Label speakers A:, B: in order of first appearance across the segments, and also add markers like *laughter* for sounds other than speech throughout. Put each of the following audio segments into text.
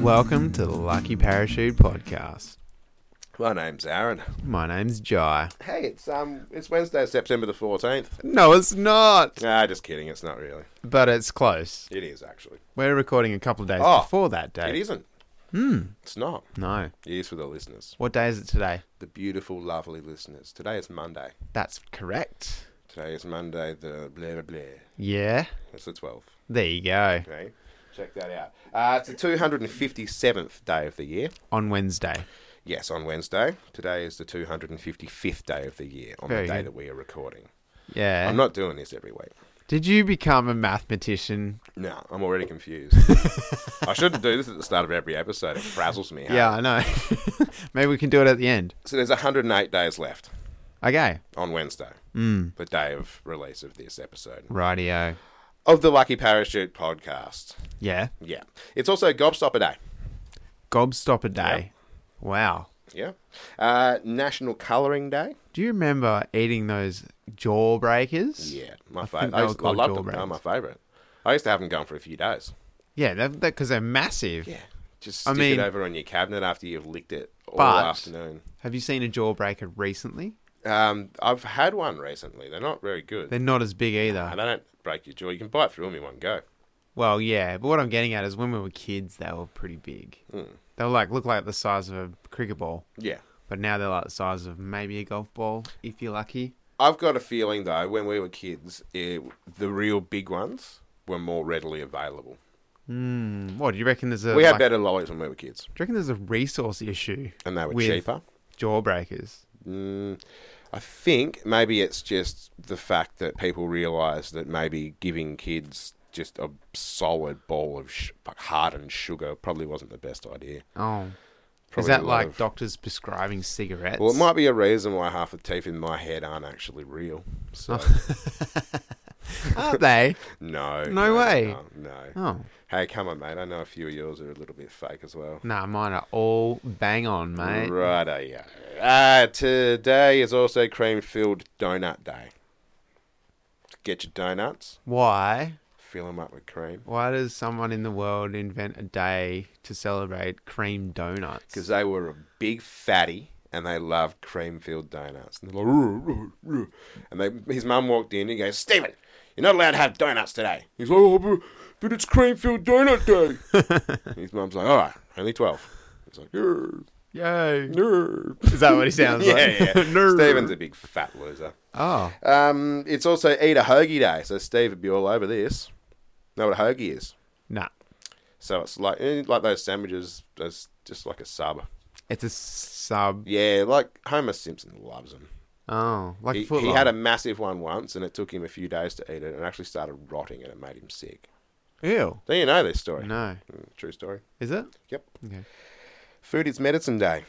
A: Welcome to the Lucky Parachute Podcast.
B: My name's Aaron.
A: My name's Jai.
B: Hey, it's um, it's Wednesday, September the fourteenth.
A: No, it's not,
B: Nah, just kidding. It's not really.
A: but it's close.
B: It is actually.
A: We're recording a couple of days
B: Oh,
A: before that
B: It
A: day.
B: isn't. Hmm. It's not.
A: No.
B: It is for the listeners,
A: What day is it today?
B: the beautiful, lovely listeners. Today is Monday.
A: That's correct.
B: Today is Monday. The blah blah blah.
A: Yeah.
B: It's the twelfth.
A: There you go.
B: Okay, check that out. Uh, it's the two hundred and fifty seventh day of the year.
A: On Wednesday.
B: Yes, on Wednesday. Today is the two hundred and fifty fifth day of the year. On
A: Very
B: the day
A: good.
B: that we are recording.
A: Yeah.
B: I'm not doing this every week.
A: Did you become a mathematician?
B: No, I'm already
A: *laughs*
B: confused. I shouldn't do this at the start of every episode. It frazzles me. huh?
A: Yeah, I know. *laughs* Maybe we can do it at the end.
B: So there's 108 days left
A: Okay.
B: on Wednesday, mm. the day of release of this episode
A: Radio.
B: of the Lucky Parachute podcast.
A: Yeah.
B: Yeah. It's also Gobstopper Day.
A: Gobstopper Day. Wow.
B: Yeah. Uh, National Colouring Day.
A: Do you remember eating those jaw breakers?
B: Yeah, my
A: think
B: favourite.
A: they
B: I,
A: were
B: used- I
A: called
B: loved them. They're
A: jawbreakers.
B: my favourite. I used to have them going for a few days.
A: Yeah, because they're, 'cause they're massive.
B: Yeah. Just
A: I
B: stick
A: mean-
B: it over on your cabinet after you've licked it all
A: But-
B: afternoon.
A: Have you seen a jawbreaker recently?
B: Um, I've had one recently. They're not very good.
A: They're not as big
B: and
A: either.
B: they don't break your jaw. You can bite through them in one go.
A: Well, yeah, but what I'm getting at is when we were kids, they were pretty big.
B: Hmm.
A: They were like look like the size of a cricket ball,
B: Yeah.
A: but now they're like the size of maybe a golf ball if you're lucky.
B: I've got a feeling though, when we were kids, it, the real big ones were more readily available.
A: Mm, what do you reckon? There's a
B: Hmm. we had
A: like-
B: better lollies when we were kids,
A: Do you reckon there's a resource issue
B: and they were
A: With-
B: cheaper.
A: jawbreakers?
B: Mm, I think maybe it's just the fact that people realise that maybe giving kids just a solid ball of sh- like hardened sugar probably wasn't the best idea.
A: Oh,
B: Probably
A: is
B: a
A: that
B: lot
A: like
B: of-
A: doctors prescribing cigarettes?
B: Well, it might be a reason why half the teeth in my head aren't
A: *laughs*
B: actually real. So
A: aren't they?
B: no,
A: No way.
B: no, no.
A: Oh,
B: Hey, come on, mate. I know a few of yours are a little bit fake as well.
A: nah, mine are all bang on, mate.
B: Right, yeah. Uh, today is also cream filled donut day. Get your donuts,
A: Why?
B: fill them up with cream.
A: Why does someone in the world invent a day to celebrate cream donuts?
B: Because they were a big fatty and they loved cream filled donuts. And, they're like, "Roo, roo, roo." and they, his mum walked in and he goes, Stephen, you're not allowed to have donuts today. He's like, oh, but, but it's cream filled donut day. his mum's like, all right, only 12. He's like, "Yer,
A: Yay!
B: yer."
A: Is that what he
B: *laughs*
A: sounds
B: yeah,
A: like? *laughs*
B: yeah.
A: No.
B: Stephen's a big fat loser.
A: Oh,
B: Um, it's also Eat a Hoagie Day, so Steve would be all over this. Know what a hoagie is?
A: nah.
B: So it's like eh, like those sandwiches, that's just like a sub.
A: It's a sub.
B: Yeah, like Homer Simpson loves them.
A: Oh, like
B: He,
A: a foot
B: he had a massive one once, and it took him a few days to eat it, and it actually started rotting, and it made him sick.
A: Ew.
B: Do you know this story?
A: No.
B: Mm, True story.
A: Is it?
B: Yep.
A: Okay.
B: Food is medicine day.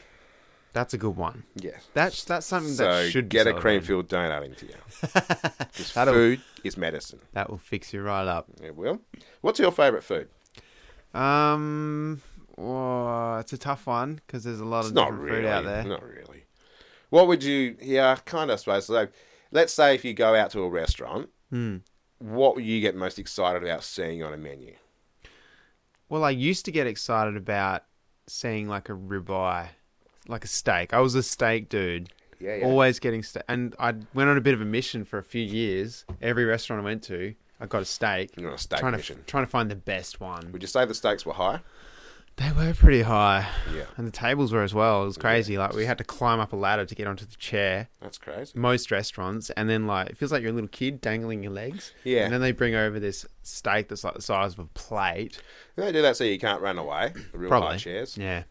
A: That's a good one.
B: Yes.
A: That's that's something
B: so
A: that should be
B: get a cream
A: celebrated.
B: filled donut into you.
A: *laughs*
B: 'Cause
A: That'll-
B: food is medicine.
A: That will fix you right up.
B: It will. What's your favourite food?
A: Um, oh, it's a tough one because there's a lot
B: It's
A: of
B: not
A: different
B: really.
A: food out there.
B: Not really. What would you? Yeah, kind of. I suppose. So, let's say if you go out to a restaurant,
A: Hmm.
B: what would you get most excited about seeing on a menu?
A: Well, I used to get excited about seeing like a ribeye, like a steak. I was a steak dude.
B: Yeah,
A: Always getting steak. And I went on a bit of a mission for a few years. Every restaurant I went to, I got a steak.
B: You're on a steak
A: trying
B: mission.
A: To, trying to find the best one.
B: Would you say the stakes were high?
A: They were pretty high.
B: Yeah.
A: And the tables were as well. It was crazy. Like, we had to climb up a ladder to get onto the chair.
B: That's crazy.
A: Most restaurants. And then, like, it feels like you're a little kid dangling your legs.
B: Yeah.
A: And then they bring over this steak that's like the size of a plate.
B: They do that so you can't run away. The real high
A: Probably.
B: chairs.
A: Yeah.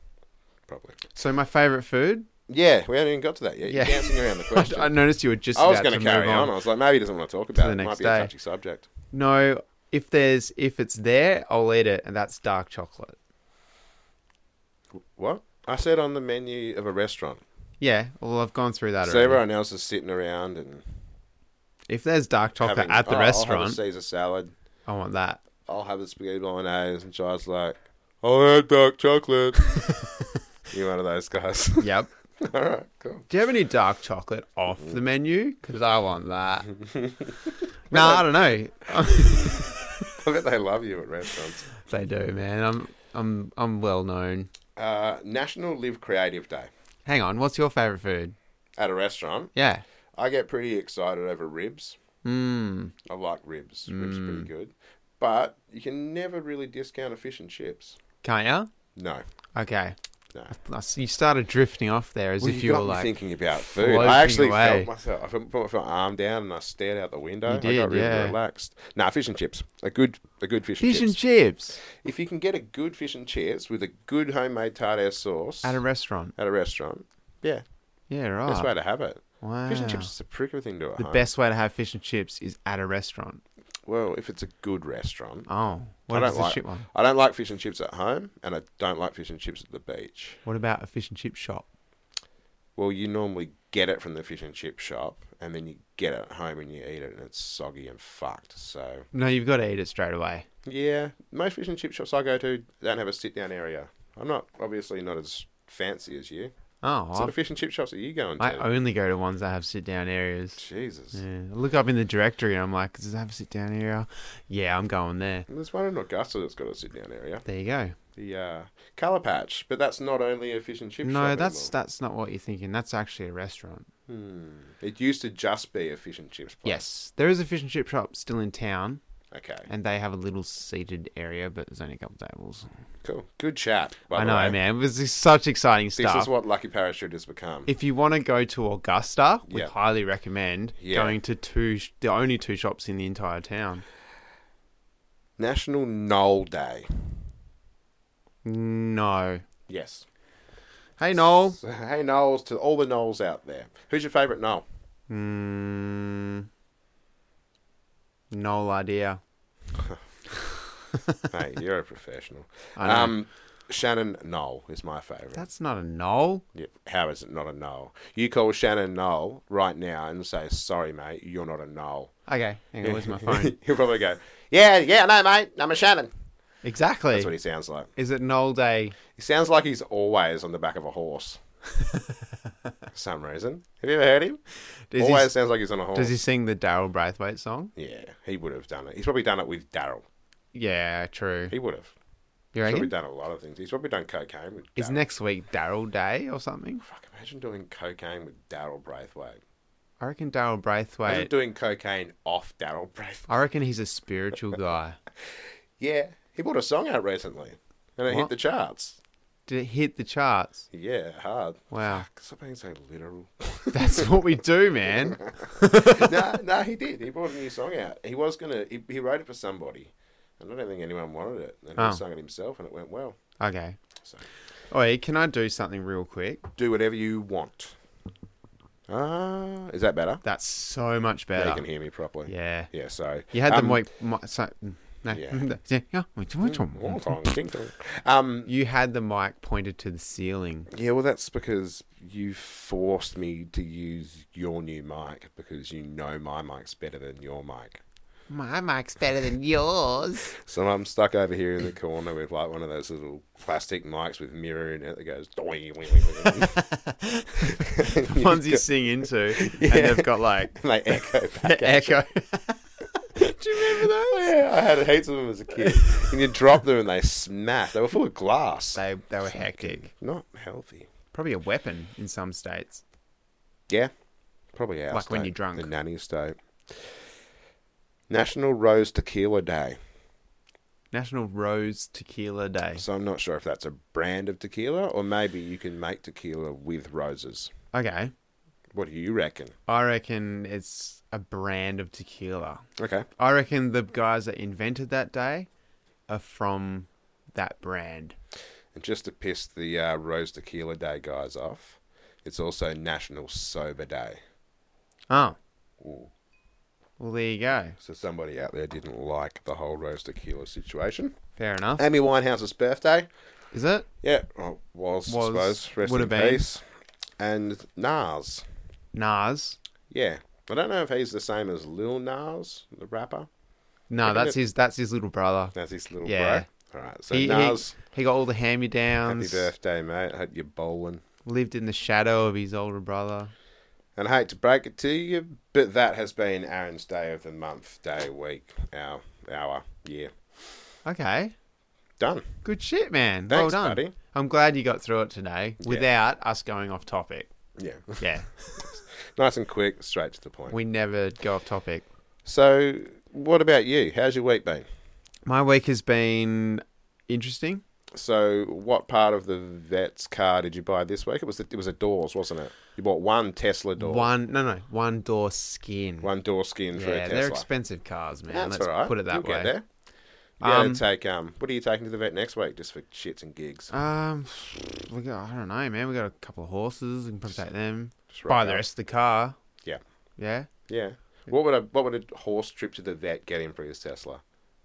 B: Probably.
A: So, my favorite food? *laughs*
B: Yeah, we haven't even got to that yet. You're
A: Yeah.
B: dancing around
A: *laughs*
B: the
A: I-
B: question.
A: I noticed you were just.
B: I was
A: going to
B: carry
A: move
B: on. I was like, maybe he doesn't want to talk about
A: the
B: it. It might
A: next
B: be
A: day.
B: a touchy subject.
A: No, if there's if it's there, I'll eat it, and that's dark chocolate.
B: What? I said on the menu of a restaurant.
A: Yeah, well, I've gone through that
B: So
A: already.
B: everyone else is sitting around and
A: If there's dark chocolate
B: having,
A: at
B: "Oh,
A: the
B: I'll have a
A: restaurant,
B: Caesar salad.
A: I want that.
B: I'll have the spaghetti bolognese. And Jai's like, I'll have
A: *laughs*
B: dark chocolate. You're one of those guys. *laughs*
A: Yep.
B: All right, cool.
A: Do you have any dark chocolate off the menu? Because I want
B: *laughs*
A: that. nah, I don't know.
B: I bet they love you at restaurants.
A: they do, man. I'm I'm I'm well known.
B: Uh, National Live Creative Day
A: Hang on, what's your favorite food?
B: at a restaurant.
A: Yeah.
B: I get pretty excited over ribs.
A: Mm.
B: I like ribs. Ribs are
A: Hmm.
B: pretty good. But you can never really discount a fish and chips.
A: Can't ya?
B: No.
A: Okay.
B: No.
A: I s- You started drifting off there as
B: Well,
A: if
B: you
A: you,
B: got
A: were
B: me
A: like,
B: thinking about food.
A: floating
B: I actually
A: away.
B: felt myself. I put put my arm down and I stared out the window.
A: You
B: I
A: did,
B: got really
A: yeah.
B: relaxed. Nah, fish and chips. A good, a good fish,
A: fish
B: and
A: and
B: chips.
A: chips
B: if you can get a good fish and chips with a good homemade tartare sauce
A: at a restaurant.
B: at a restaurant, yeah,
A: Yeah, right.
B: best way to have it.
A: wow.
B: Fish and chips is a prick of a thing to at
A: Ah. The
B: home.
A: best way to have fish and chips is at a restaurant.
B: Well, if it's a good restaurant,
A: Oh,
B: I
A: what
B: don't
A: is the
B: like.
A: shit one?
B: I don't like fish and chips at home, and I don't like fish and chips at the beach.
A: What about a fish and chip shop?
B: Well, you normally get it from the fish and chip shop, and then you get it at home and you eat it, and it's soggy and fucked. So
A: No, you've got to eat it straight away.
B: yeah, most fish and chip shops I go to don't have a sit down area. I'm not obviously not as fancy as you.
A: Oh,
B: What sort
A: I've-
B: of fish and chip shops are you going to?
A: I only go to ones that have sit down areas.
B: Jesus.
A: Yeah. I look up in the directory and I'm like, does it have a sit down area? Yeah, I'm going there.
B: There's one in Augusta that's got a sit down area.
A: There you go.
B: The uh, Colour Patch, but that's not only a fish and chip shop.
A: No, that's
B: anymore.
A: that's not what you're thinking. That's actually a restaurant.
B: Hmm. It used to just be a fish and chips place.
A: Yes, there is a fish and chip shop still in town,
B: Okay.
A: and they have a little seated area, but there's only a couple tables.
B: Cool. Good chat. By
A: I
B: the
A: know,
B: way.
A: man. It was just such exciting
B: This
A: stuff.
B: is what Lucky Parachute has become.
A: if you want to go to Augusta, we
B: Yeah.
A: highly recommend
B: Yeah.
A: going to two sh- the only two shops in the entire town.
B: National Knoll Day.
A: No.
B: Yes.
A: Hey, Noel.
B: So, *laughs* hey, Knowles, to all the Knowles out there. Who's your favourite
A: *laughs*
B: Knoll?
A: Mm, no idea.
B: hey, you're a professional.
A: I know.
B: Um, Shannon Knoll is my favourite.
A: That's not a Noel.
B: Yep. How is it not a Knoll? You call Shannon Knoll right now and say, sorry, mate, you're not a Knoll.
A: Okay, hang on, where's
B: *laughs*
A: my phone?
B: He'll probably go, yeah, yeah, no, mate, I'm a Shannon.
A: exactly.
B: That's what he sounds like.
A: Is it Noel Day?
B: He sounds like he's always on the back of a
A: *laughs*
B: horse. For some reason. Have you ever heard him?
A: Does he,
B: always
A: s-
B: sounds like he's on a horse.
A: does he sing the Daryl Braithwaite song?
B: Yeah, he would have done it. He's probably done it with Daryl.
A: Yeah, true.
B: He would have.
A: You
B: He's probably
A: reckon?
B: done a lot of things. He's probably done cocaine with
A: Is
B: Daryl.
A: next week Daryl Day or something?
B: Fuck, imagine doing cocaine with Daryl Braithwaite.
A: I reckon Daryl
B: Imagine
A: Braithwaite.
B: doing cocaine off Daryl Braithwaite.
A: I reckon he's a
B: *laughs*
A: spiritual guy.
B: Yeah, he brought a song out recently and it hit
A: What?
B: the charts.
A: Did it hit the charts?
B: Yeah, hard.
A: Wow. *laughs*
B: Fuck, stop being so literal. *laughs*
A: That's what we do, man.
B: no, no, he did. He brought a new song out. He was gonna. He, he wrote it for somebody, and I don't think anyone wanted it. And
A: Oh.
B: he sung it himself, and it went well.
A: Okay.
B: So
A: Oi, can I do something real quick?
B: do whatever you want. Ah, is that better?
A: That's so much
B: Now you
A: better.
B: can hear me properly.
A: Yeah.
B: Yeah, sorry.
A: You had
B: um, *laughs*
A: them like. mi- so, mm, no. *laughs*
B: Yeah.
A: Yeah.
B: Um,
A: You had the mic pointed to the ceiling.
B: yeah, well, that's because you forced me to use your new mic because you know my mic's better than your mic.
A: My mic's better than yours.
B: So I'm stuck over here in the corner with like one of those little plastic mics with mirror in it that goes. *laughs* doing, wing, wing, wing, wing.
A: *laughs* *laughs* The ones you sing into,
B: *laughs*
A: and they've got like
B: and they
A: *laughs*
B: echo back. at you.
A: echo. do you remember those?
B: Yeah, I had heaps of them as a kid. And you drop them and they smash. They were full of glass.
A: They they were hectic.
B: Not healthy.
A: Probably a weapon in some states.
B: Yeah, probably our
A: Like when
B: state,
A: you're drunk.
B: the nanny state. National Rose Tequila Day.
A: National Rose Tequila Day.
B: So I'm not sure if that's a brand of tequila or maybe you can make tequila with roses.
A: Okay,
B: What do you reckon?
A: I reckon it's a brand of tequila.
B: Okay.
A: I reckon the guys that invented that day are from that brand.
B: And just to piss the uh, Rose Tequila Day guys off, it's also National Sober Day.
A: Oh,
B: Ooh.
A: well there you go.
B: So somebody out there didn't like the whole Rose Tequila situation.
A: Fair enough.
B: Amy Winehouse's birthday.
A: Is it?
B: Yeah, well, was,
A: Was,
B: I suppose. Rest
A: would have
B: in
A: been.
B: peace. And Nas.
A: Nas.
B: Yeah. I don't know if he's the same as Lil Nas, the rapper.
A: No,
B: Reckon
A: that's
B: it-
A: his. That's his little brother.
B: That's his little
A: Yeah.
B: bro. All right. So
A: He, he,
B: Nas,
A: he got all the hand me
B: happy
A: downs.
B: birthday, mate. I hope you're bowling.
A: Lived in the shadow of his older brother.
B: And I hate to break it to you, but that has been Aaron's day of the month, day, week, hour, hour, year.
A: Okay,
B: Done.
A: Good shit, man. well
B: Thanks,
A: done.
B: buddy.
A: I'm glad you got through it today without us going off topic.
B: Yeah.
A: Yeah,
B: *laughs* nice and quick, straight to the point.
A: we never go off topic.
B: So, what about you? How's your week been?
A: My week has been interesting.
B: So, what part of the vet's car did you buy this week? It was the, it was a doors, wasn't it? You bought one Tesla door, one,
A: One, no, no, one door skin.
B: door skin for a
A: yeah,
B: Tesla.
A: they're expensive cars, man.
B: That's
A: Let's
B: all right.
A: put it that
B: You'll
A: way.
B: Get there. You gotta
A: Um,
B: take um. What are you taking to the vet next week, just for shits and gigs?
A: Um, we got, I don't know, man. We got a couple of horses. We can probably take them.
B: Just
A: Buy
B: rock
A: the
B: up.
A: rest of the car.
B: Yeah.
A: Yeah.
B: Yeah. What would a what would a horse trip to the vet get him for his Tesla?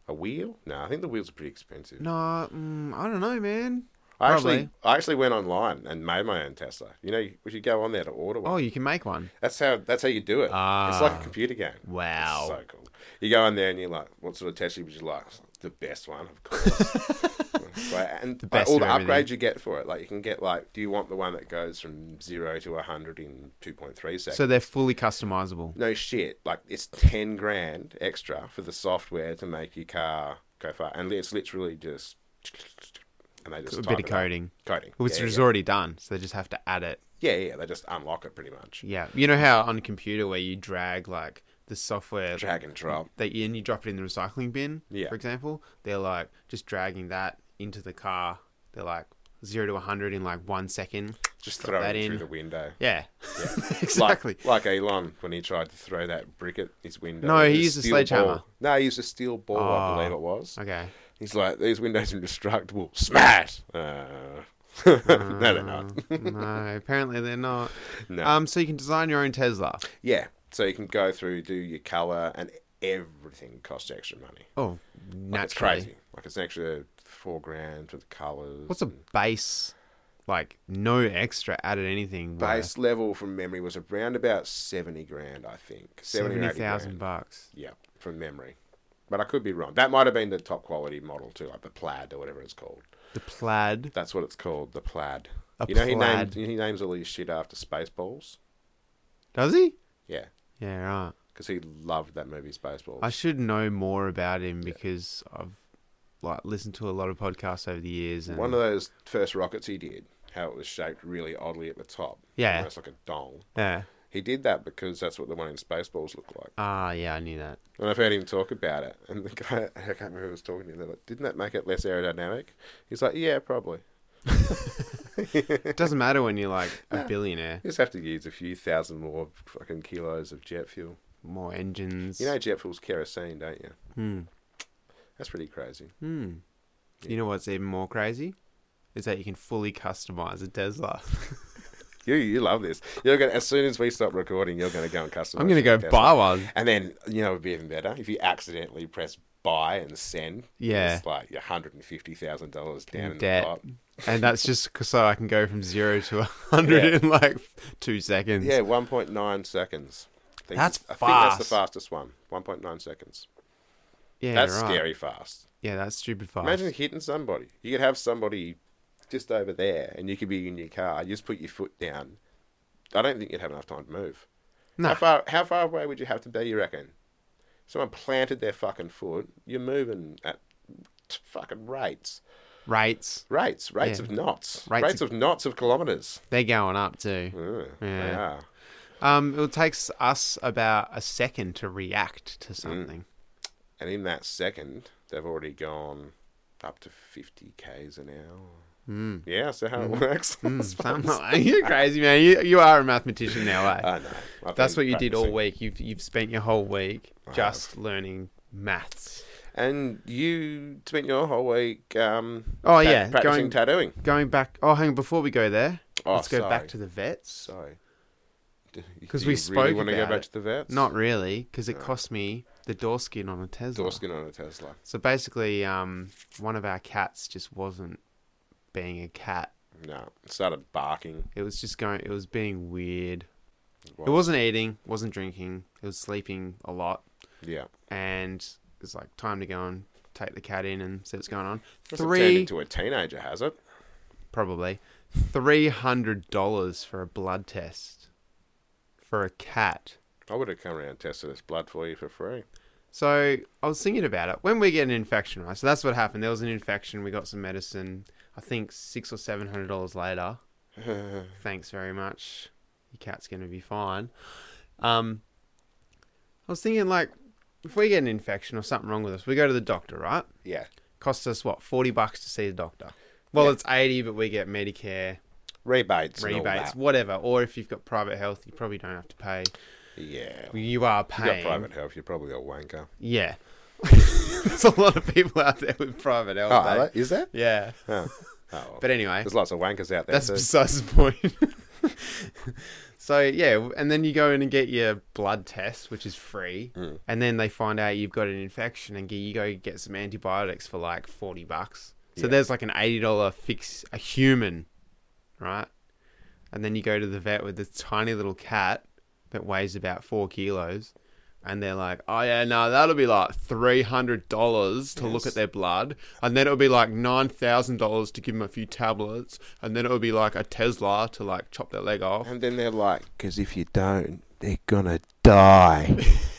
B: A wheel? No, I think the wheels are pretty expensive.
A: No, mm, I don't know, man.
B: I actually
A: probably.
B: I actually went online and made my own Tesla. You know, we should go on there to order one.
A: Oh, you can make one.
B: That's how that's how you do it. it's like
A: Ah.
B: a computer game.
A: Wow.
B: It's so cool. You go in there and you're like, what sort of Tesla would you like? It's like, The best one, of course.
A: *laughs*
B: It's like- and
A: The best
B: all the
A: of everything.
B: upgrades you get for it, like you can get like, do you want the one that goes from zero to hundred in two point three seconds?
A: So they're fully customizable.
B: no shit. Like it's ten grand extra for the software to make your car go far, and it's literally just and they just
A: A
B: type
A: bit of
B: it up.
A: coding,
B: coding.
A: which
B: yeah, yeah,
A: is already done. So they just have to add it.
B: yeah, yeah, They just unlock it pretty much.
A: Yeah. You know how on a computer where you drag like the software
B: Drag and drop.
A: that you, and you drop it in the recycling bin,
B: Yeah.
A: for example, they're like just dragging that into the car. They're like zero to 100 in like one second.
B: Just
A: Drop
B: throw
A: that
B: it through
A: in. *laughs*
B: the window.
A: Yeah. *laughs*
B: Like-
A: exactly.
B: Like, Elon when he tried to throw that brick at his window.
A: No,
B: with
A: he used a
B: steel
A: sledgehammer.
B: ball. No, he used a steel ball, I
A: Oh.
B: believe it was.
A: Okay.
B: He's like, these windows are indestructible. Smash! Uh, *laughs* no, they're not.
A: Uh-huh.
B: *laughs*
A: no, apparently they're not.
B: No.
A: Um, so you can design your own Tesla.
B: yeah, so you can go through, do your colour, and everything costs extra money.
A: Oh,
B: Like, it's
A: naturally.
B: crazy. Like, it's an extra four grand for the colours.
A: What's a base? Like no extra added anything. worth?
B: base level from memory was around about 70 grand, I think. 70 or 80
A: seventy thousand
B: grand.
A: bucks.
B: Yeah, from memory. But I could be wrong. That might have been the top quality model too, like the plaid or whatever it's called.
A: The plaid.
B: That's what it's called, the plaid.
A: A
B: you know
A: plaid.
B: he named he names all his shit after Spaceballs.
A: Does he?
B: Yeah,
A: Yeah, right.
B: because he loved that movie Spaceballs.
A: I should know more about him because I've like listened to a lot of podcasts over the years. And
B: One of those first rockets he did, how it was shaped really oddly at the top,
A: Yeah.
B: almost like a dong.
A: yeah.
B: He did that because that's what the one in Spaceballs looked like.
A: Ah, yeah, I knew that.
B: And I've heard him talk about it. And the guy, *laughs* I can't remember who was talking to him. They're like, "Didn't that make it less aerodynamic?" He's like, "Yeah, probably."
A: It
B: *laughs*
A: doesn't matter when you're like a billionaire.
B: You just have to use a few thousand more fucking kilos of jet fuel.
A: More engines.
B: You know, jet fuel's kerosene, don't you?
A: Hmm.
B: That's pretty crazy.
A: Hmm. You know what's even more crazy? Is that you can fully customize a Tesla.
B: You you love this. You're gonna as soon as we stop recording, you're gonna go and customize.
A: I'm going to go
B: your Tesla.
A: buy one.
B: And then you know, it'd be even better if you accidentally press buy and send.
A: Yeah.
B: it's like your hundred and fifty thousand dollars down in
A: Debt.
B: the pot.
A: And that's just 'cause so I can go from zero to a
B: *laughs*
A: 100
B: Yeah.
A: in like two seconds.
B: Yeah, one point nine seconds. I think-
A: That's
B: I think that's the
A: fast.
B: fastest one. One point nine seconds.
A: Yeah,
B: that's
A: right.
B: scary fast.
A: Yeah, that's stupid fast.
B: Imagine hitting somebody. You could have somebody just over there, and you could be in your car. You just put your foot down. I don't think you'd have enough time to move.
A: Nah.
B: How far? How far away would you have to be? You reckon? Someone planted their fucking foot. You're moving at t- fucking rates,
A: Rates,
B: rates, rates
A: Yeah.
B: of knots, rates,
A: Rates
B: of knots of kilometers.
A: they're going up too.
B: Ugh, they
A: Yeah.
B: are.
A: Um, it takes us about a second to react
B: Mm.
A: to something.
B: And in that second, they've already gone up to fifty k's an hour.
A: Mm.
B: Yeah, so how it works? *laughs*
A: Mm, something like- *laughs* You're crazy, man. You, you are a mathematician now,
B: *laughs*
A: eh?
B: I know. I've
A: That's what
B: been
A: you did all
B: Uh, practicing.
A: week. You've you've spent your whole week just learning maths.
B: And you spent your whole week. Um,
A: Oh, yeah, going-
B: practicing tattooing.
A: Going back. Oh, hang on. Before we go there,
B: Oh,
A: let's go
B: sorry.
A: back to the vets.
B: Sorry, *laughs*
A: 'Cause
B: Do
A: we
B: you really
A: spoke
B: want to go
A: about
B: back
A: it.
B: to the vets.
A: Not really, because it cost me the door skin on a Tesla.
B: door skin on a Tesla.
A: So basically, um, one of our cats just wasn't being a cat.
B: No, it started barking.
A: It was just going. It was being weird.
B: Wow.
A: It wasn't eating. wasn't drinking. It was sleeping a lot,
B: Yeah,
A: and it's like time to go and take the cat in and see what's going on.
B: Must have turned
A: Three
B: into a teenager, has it?
A: probably three hundred dollars for a blood test for a cat.
B: I would have come around and tested its blood for you for free.
A: So I was thinking about it when we get an infection, right? So that's what happened. There was an infection. We got some medicine. I think six or seven hundred dollars
B: *laughs*
A: later. Thanks very much. Your cat's gonna be fine. Um, I was thinking like, if we get an infection or something wrong with us, we go to the doctor, right?
B: yeah.
A: Costs us what forty bucks to see the doctor. Well,
B: Yeah.
A: it's eighty, but we get Medicare
B: Rebates. and all
A: rebates,
B: that.
A: whatever. Or if you've got private health, you probably don't have to pay.
B: Yeah.
A: You are
B: You got
A: paying.
B: private health. You probably got wanker.
A: Yeah. *laughs* There's a lot of people out there with private health.
B: Oh,
A: eh?
B: are they- is there?
A: Yeah.
B: *laughs* Oh, oh well.
A: But anyway,
B: there's lots of wankers out there.
A: that's
B: too.
A: besides the point. *laughs* so, yeah, and then you go in and get your blood test, which is free.
B: Hmm.
A: And then they find out you've got an infection and you go get some antibiotics for like 40 bucks. So
B: Yeah.
A: there's like an $80 fix a human, right? And then you go to the vet with this tiny little cat that weighs about four kilos. And they're like, oh yeah, no, that'll be like three hundred dollars to look
B: Yes.
A: at their blood, and then it'll be like nine thousand dollars to give them a few tablets, and then it'll be like a Tesla to like chop their leg off.
B: and then they're like, because if you don't, they're gonna die.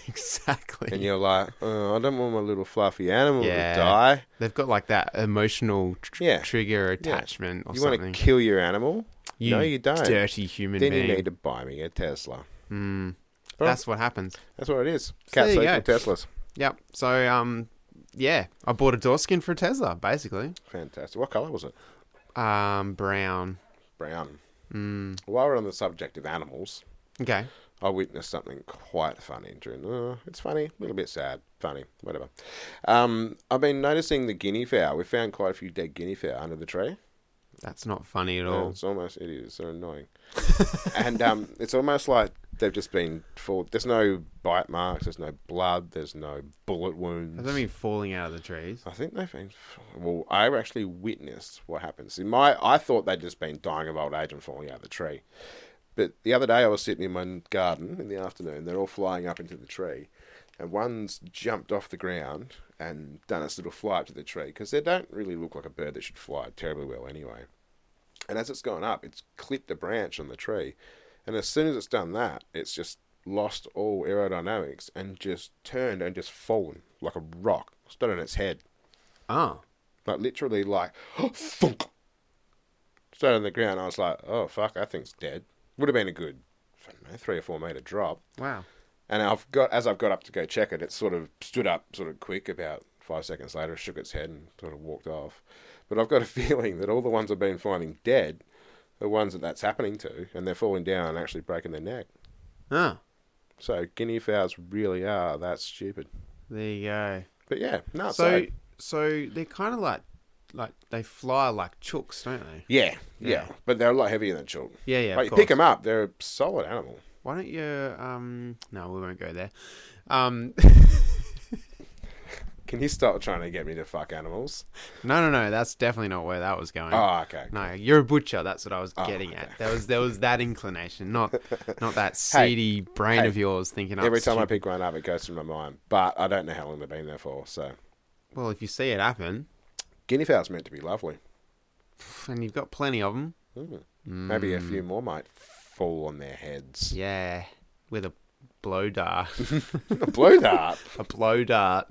A: exactly.
B: *laughs* and you're like, oh, I don't want my little fluffy animal
A: Yeah.
B: to die.
A: They've got like that emotional tr-
B: Yeah.
A: trigger attachment or
B: you want to
A: something.
B: kill your animal? no, you don't.
A: Dirty human
B: Then
A: being.
B: you need to buy me a Tesla.
A: Mm.
B: Well-
A: That's what happens.
B: That's what it is.
A: there
B: Cats
A: you
B: eat
A: go.
B: the Teslas.
A: Yep. So um, yeah, I bought a door skin for a Tesla, basically.
B: Fantastic. What color was it?
A: Um, brown.
B: Brown.
A: Mm.
B: While we're on the subject of animals,
A: Okay.
B: I witnessed something quite funny during. Uh, it's funny, a little bit sad, funny, whatever. Um, I've been noticing the guinea fowl. We found quite a few dead guinea fowl under the tree.
A: That's not funny at
B: Yeah,
A: all.
B: it's almost it is. They're annoying, *laughs* and um, it's almost like they've just been full. There's no bite marks. There's no blood. There's no bullet wounds.
A: Does that mean falling out of the trees?
B: I think they've been. Well, I actually witnessed what happened. See, my I thought they'd just been dying of old age and falling out of the tree. But the other day, I was sitting in my garden in the afternoon. They're all flying up into the tree, and one's jumped off the ground and done its little fly up to the tree because they don't really look like a bird that should fly terribly well anyway. And as it's gone up, it's clipped a branch on the tree, and as soon as it's done that, it's just lost all aerodynamics and just turned and just fallen like a rock, stood on its head.
A: Oh.
B: Like literally, like *gasps* thunk. Straight on the ground. I was like, oh fuck, that thing's dead. Would have been a good, I don't know, three or four meter drop.
A: Wow.
B: And I've got as I've got up to go check it, it sort of stood up, sort of quick. About five seconds later, shook its head and sort of walked off. But I've got a *laughs* feeling that all the ones I've been finding dead, are ones that that's happening to, and they're falling down and actually breaking their neck.
A: Oh.
B: So guinea fowls really are that stupid.
A: There you go.
B: But yeah, no.
A: so,
B: So,
A: so they're kind of like, like they fly like chooks, don't they?
B: yeah, yeah,
A: Yeah.
B: But they're a lot heavier than children.
A: Yeah, yeah.
B: like
A: of
B: you pick
A: course.
B: them up, they're a solid animal.
A: Why don't you? Um, no, we won't go there. Um, *laughs*
B: Can you stop trying to get me to fuck animals?
A: no, no, no. That's definitely not where that was going.
B: Oh, okay.
A: No, you're a butcher. That's what I was
B: Oh,
A: getting at.
B: okay.
A: There was there was that inclination,
B: *laughs*
A: not not that seedy brain
B: hey,
A: of yours thinking. up
B: Every time I
A: stupid-
B: pick one up, it goes through my mind, but I don't know how long they've been there for. So
A: well, if you see it happen,
B: guinea fowls meant to be lovely.
A: and you've got plenty of them,
B: Mm. Maybe a
A: Mm.
B: few more might fall on their heads.
A: yeah, with a blow dart, *laughs*
B: the *laughs* blow dart,
A: a blow dart.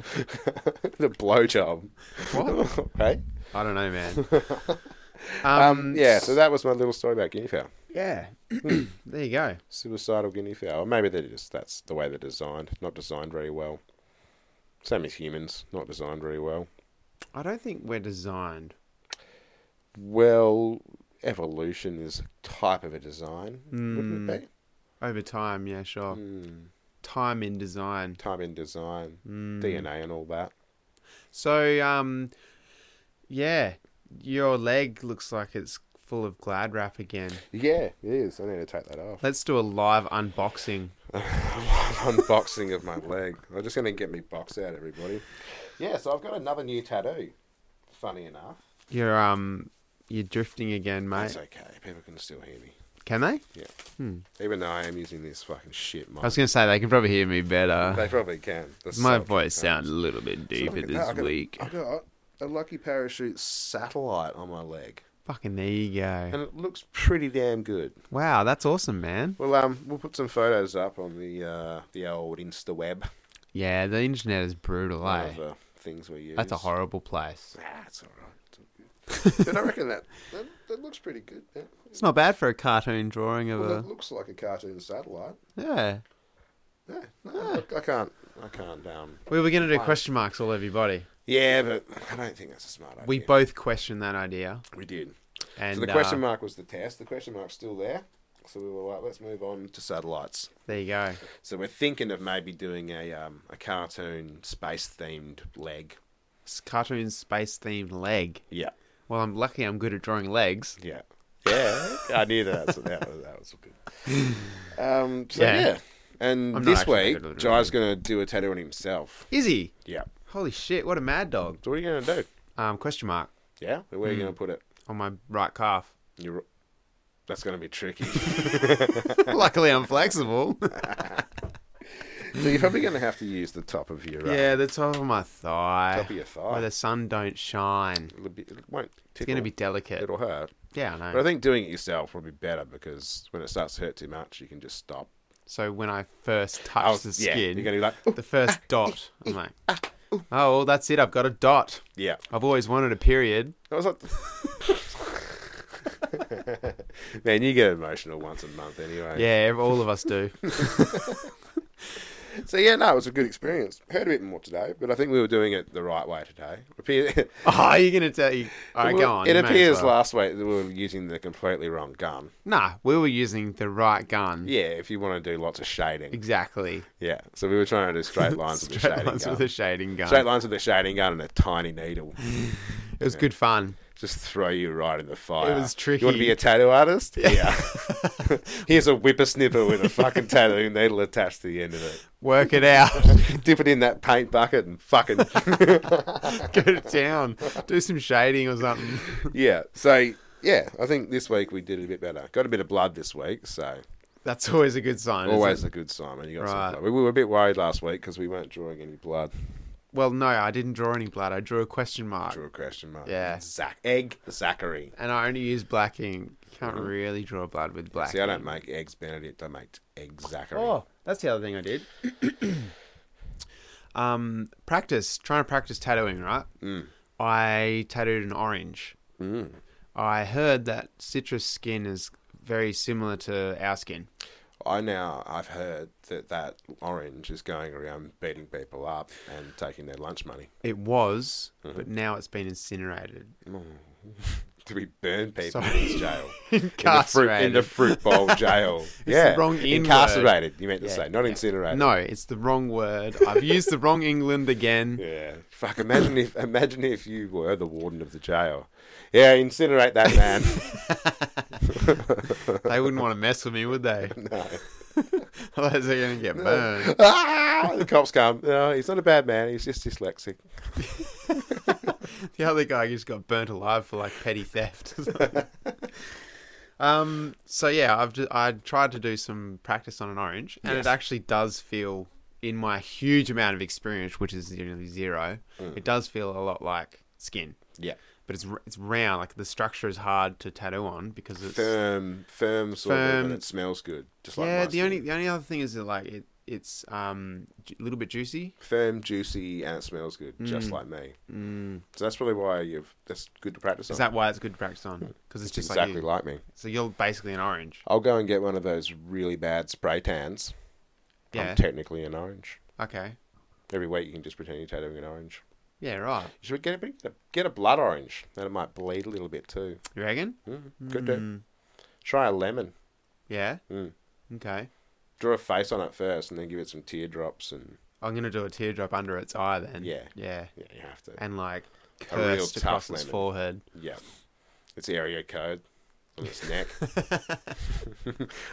B: the blow job.
A: What?
B: *laughs* right?
A: I don't know, man.
B: *laughs* Um, yeah. So that was my little story about guinea fowl.
A: Yeah. *clears throat* there you go.
B: Suicidal guinea fowl. Or maybe they just that's the way they're designed. Not designed very well. Same as humans. Not designed very well.
A: I don't think we're designed.
B: Well, evolution is a type of a design, wouldn't it be?
A: Over time, yeah, sure.
B: Mm,
A: Time in design.
B: time in design,
A: Mm.
B: DNA, and all that.
A: So, um, yeah, your leg looks like it's full of glad wrap again.
B: Yeah, it is. I need to take that off.
A: Let's do a live unboxing.
B: *laughs* Unboxing of my leg. I'm just going to get me box out, everybody. Yeah, so I've got another new tattoo. Funny enough.
A: You're um, you're drifting again, mate.
B: That's okay. People can still hear me.
A: Can they?
B: Yeah.
A: Hmm.
B: Even though I am using this fucking shit
A: I
B: mic.
A: was gonna say they can probably hear me better.
B: They probably can. The
A: My
B: subtle
A: voice
B: tones.
A: sounds a little bit
B: So look
A: deeper
B: at that.
A: this
B: I've got a- *laughs*
A: week.
B: I've got a lucky parachute satellite on my leg.
A: Fucking there you go.
B: And it looks pretty damn good.
A: Wow, that's awesome, man.
B: Well, um, we'll put some photos up on the uh, the old Insta web.
A: Yeah, the internet is brutal,
B: One
A: eh?
B: of the things we use.
A: That's a horrible place.
B: Ah, it's all
A: *laughs*
B: right. but I reckon that, that that looks pretty good. Yeah.
A: It's not bad for a cartoon drawing of
B: Well,
A: a.
B: that looks like a cartoon satellite.
A: Yeah.
B: Yeah, no, I, I can't. I can't. Um,
A: We were going to do question marks all over your body.
B: yeah, but I don't think that's a smart idea.
A: We both questioned that idea.
B: we did.
A: And
B: so the question
A: uh,
B: mark was the test. The question mark's still there. So we were like, let's move on to satellites.
A: there you go.
B: So we're thinking of maybe doing a um, a cartoon space themed leg.
A: It's cartoon space themed leg.
B: Yeah,
A: Well, I'm lucky I'm good at drawing legs.
B: yeah, yeah. I knew that. That's, that, was, that was good. Um, so
A: Yeah.
B: yeah. And
A: I'm not
B: this
A: actually
B: week,
A: good at it,
B: Jai's gonna do a tattoo on himself.
A: Is he?
B: Yeah.
A: Holy shit, what a mad dog.
B: So what are you gonna do?
A: Um, question mark
B: Yeah. Where are you
A: Hmm.
B: gonna put it?
A: on my right calf. *laughs*
B: You're... That's gonna be tricky. *laughs*
A: Luckily, I'm flexible.
B: so you're probably gonna have to use the top of your uh,
A: Yeah, the top of my thigh.
B: Top of your thigh.
A: Where the sun don't shine.
B: It'll be, it won't.
A: It's going to be delicate.
B: It'll hurt.
A: Yeah, I
B: But I
A: know.
B: think doing it yourself will be better because when it starts to hurt too much, you can just stop.
A: So when I first touch
B: Oh,
A: the
B: yeah,
A: skin,
B: you're gonna be like, "Ooh,
A: the
B: *laughs*
A: first dot, I'm like, oh, well, that's it. I've got a dot.
B: yeah.
A: I've always wanted a period.
B: I was like,
A: *laughs*
B: *laughs* man, you get emotional once a month anyway.
A: Yeah, ev- all of us
B: *laughs*
A: do. *laughs*
B: So yeah, no, it was a good experience. Heard a bit more today, but I think we were doing it the right way today. Appear- *laughs*
A: oh, you're going to tell you. All right,
B: Well,
A: go on.
B: It
A: you may as
B: appears
A: well.
B: last week that we were using the completely wrong gun.
A: Nah, we were using the right gun.
B: Yeah, if you want to do lots of shading.
A: Exactly.
B: Yeah, so we were trying to
A: *laughs*
B: do straight lines with the
A: Straight
B: shading
A: lines
B: gun.
A: with a shading gun.
B: Straight lines with the shading gun and a tiny
A: *laughs*
B: needle.
A: It was good fun.
B: just throw you right in the fire.
A: It was
B: You want to be a tattoo
A: *laughs*
B: artist? Yeah. *laughs* Here's a whippersnipper with a fucking tattoo needle attached to the end of it.
A: Work it
B: *laughs*
A: out. *laughs*
B: Dip it in that paint bucket and fucking *laughs*
A: go to town. Do some shading or something. *laughs*
B: yeah. So yeah, I think this week we did it a bit better. Got a bit of blood this week, so
A: That's always a good sign. isn't
B: always
A: it?
B: a good sign when you got
A: Right.
B: some blood. We were a bit worried last week because we weren't drawing any blood.
A: Well, no, I didn't draw any blood. I drew a question mark.
B: Drew a question mark.
A: Yeah.
B: Zach egg Zachary.
A: And I only use black ink. Can't
B: Mm-hmm.
A: really draw blood with black
B: See, I don't
A: ink.
B: make eggs Benedict. I make egg Zachary.
A: Oh, that's the other thing I did. *coughs* um, practice. Trying to practice tattooing, right? Mm. I tattooed an orange.
B: Mm.
A: I heard that citrus skin is very similar to our skin.
B: I now I've heard that that orange is going around beating people up and taking their lunch money
A: It was,
B: Mm-hmm.
A: but now it's been incinerated.
B: to be burned people
A: Sorry.
B: in this jail.
A: *laughs* Incarcerated.
B: In the fruit, in the fruit
A: *laughs*
B: bowl jail.
A: the wrong in
B: Incarcerated, you meant to
A: Yeah.
B: say, not incinerated.
A: no, it's the wrong word. I've used the wrong England again.
B: *laughs* Yeah. Fuck, imagine if imagine if you were the warden of the jail. Yeah, incinerate that man.
A: *laughs* They wouldn't want to mess with me, would they?
B: *laughs* no.
A: *laughs* Otherwise, they're going to get burned.
B: Ah, the cops come. No, he's not a bad man, he's just dyslexic.
A: The other guy just got burnt alive for like petty theft. *laughs* um. So yeah, I've just, I tried to do some practice on an orange, and
B: Yes.
A: it actually does feel, in my huge amount of experience, which is nearly zero, it does feel a lot like skin.
B: Yeah.
A: But it's r- it's round. Like the structure is hard to tattoo on because it's
B: Firm, firm sort of,
A: Firm.
B: and it smells good. Just like
A: yeah.
B: my
A: The
B: skin.
A: only the only other thing is that like it it's um a little bit juicy.
B: firm, juicy, and it smells good, just like me.
A: Mm.
B: So that's probably why you've that's good to practice on.
A: Is that why it's good to practice on? Because it's
B: It's
A: just
B: exactly
A: like you.
B: like me.
A: So you're basically an orange.
B: I'll go and get one of those really bad spray tans.
A: Yeah.
B: I'm technically an orange.
A: okay.
B: Every week you can just pretend you're tattooing an orange.
A: Yeah. Right.
B: You should get a bit, get a blood orange. Then it might bleed a little bit too.
A: You reckon?
B: Mm, could
A: Hmm.
B: do. Try a lemon.
A: Yeah.
B: Mm.
A: Okay.
B: Draw a face on it first, and then give it some teardrops, and
A: I'm gonna do a teardrop under its eye then.
B: Yeah.
A: Yeah.
B: yeah, you have to.
A: And like
B: A real
A: cursed
B: tough
A: across its
B: lemon.
A: forehead.
B: Yeah. It's area code on
A: *laughs*
B: its neck. *laughs*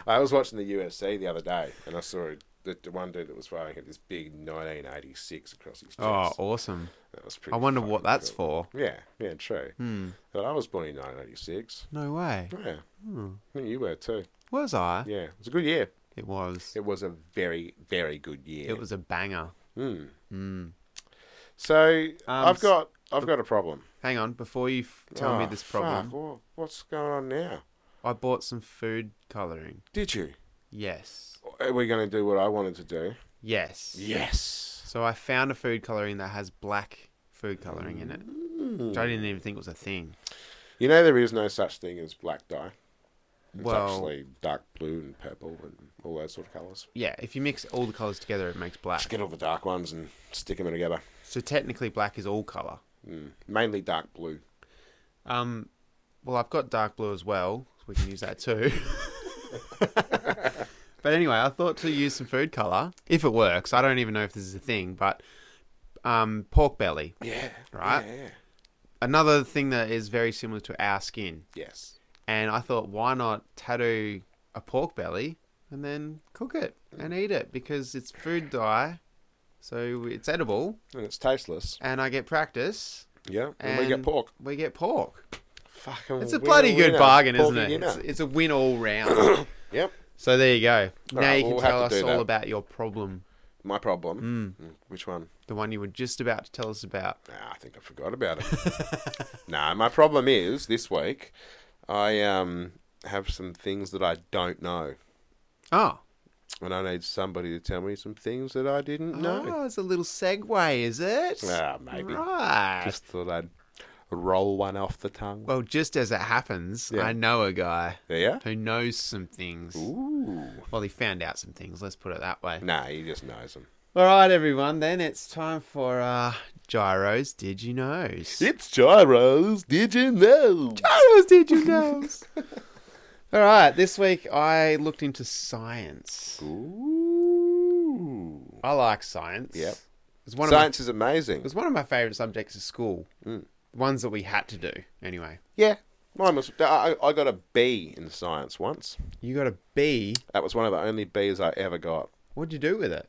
B: I was watching the UFC the other day and I saw the, the one dude that was fighting had this big 1986 across his chest.
A: Oh, awesome!
B: that was pretty
A: I wonder what
B: fucking
A: that's Hmm.
B: cool.
A: for.
B: Yeah, yeah, true. But I was born in 1986.
A: No way.
B: Yeah.
A: Hmm.
B: I think you were too.
A: Was I?
B: Yeah. It was a good year.
A: It was.
B: It was a very, very good year.
A: It was a banger.
B: Mm. So I've
A: Um, s-
B: got I've got a problem.
A: Hang on, before you f- tell me
B: Oh,
A: this
B: fuck,
A: problem,
B: wha- what's going on now?
A: I bought some food coloring.
B: Did you?
A: Yes.
B: Are we going to do what I wanted to do?
A: Yes.
B: Yes.
A: So I found a food coloring that has black food coloring in it, which
B: Mm.
A: I didn't even think was a thing.
B: You know there is no such thing as black dye. It's
A: Well-
B: actually dark blue and purple and all those sort of colours.
A: Yeah, if you mix all the colors together, it makes
B: Just
A: black.
B: get all the dark ones and stick them together.
A: So technically, black is all color.
B: Mm. Mainly dark blue.
A: Um, well, I've got dark blue as well. So we can use that
B: *laughs*
A: too. but anyway, I thought to use some food color if it works. I don't even know if this is a thing, but um, pork belly,
B: Yeah.
A: Right.
B: Yeah.
A: another thing that is very similar to our skin.
B: Yes.
A: And I thought, why not tattoo a pork belly and then cook it and eat it because it's food dye, so it's edible,
B: And it's tasteless.
A: and I get practice.
B: Yeah. And,
A: And
B: we get pork.
A: We get pork.
B: Fucking
A: It's a
B: winner,
A: bloody good
B: winner.
A: bargain,
B: Porky
A: isn't it?
B: dinner.
A: It's, it's a win all round.
B: Yep.
A: so there you go. now
B: right,
A: you can
B: we'll have
A: tell
B: to
A: us
B: do
A: all
B: that.
A: about your problem,
B: My
A: Hmm.
B: problem. Mm. Which one?
A: the one you were just about to tell us about.
B: Ah, I think I forgot about
A: *laughs*
B: it. nah, my problem is this week I um have some things that I don't know.
A: Oh,
B: And I need somebody to tell me some things that I didn't know.
A: oh, it's a little segue, is it?
B: Ah, maybe.
A: Right.
B: Just thought I'd roll one off the tongue.
A: well, just as it happens,
B: Yeah.
A: I know a guy
B: Yeah.
A: who knows some things.
B: Ooh. Mm.
A: Well, he found out some things. Let's put it that way.
B: Nah, he just knows them.
A: All right, everyone. Then it's time for uh, Gyros. Did you know?
B: It's gyros. Did you know?
A: Gyros. Did you know?
B: *laughs*
A: All right. This week I looked into science.
B: Ooh.
A: I like science.
B: Yep.
A: It's one of my,
B: Science is
A: it
B: amazing.
A: was one of my favorite subjects at school.
B: Mm.
A: The ones that we had to do anyway.
B: Yeah. Mine was. I, I got a B in science once.
A: You got a B.
B: That was one of the only B's I ever got.
A: What'd you do with it?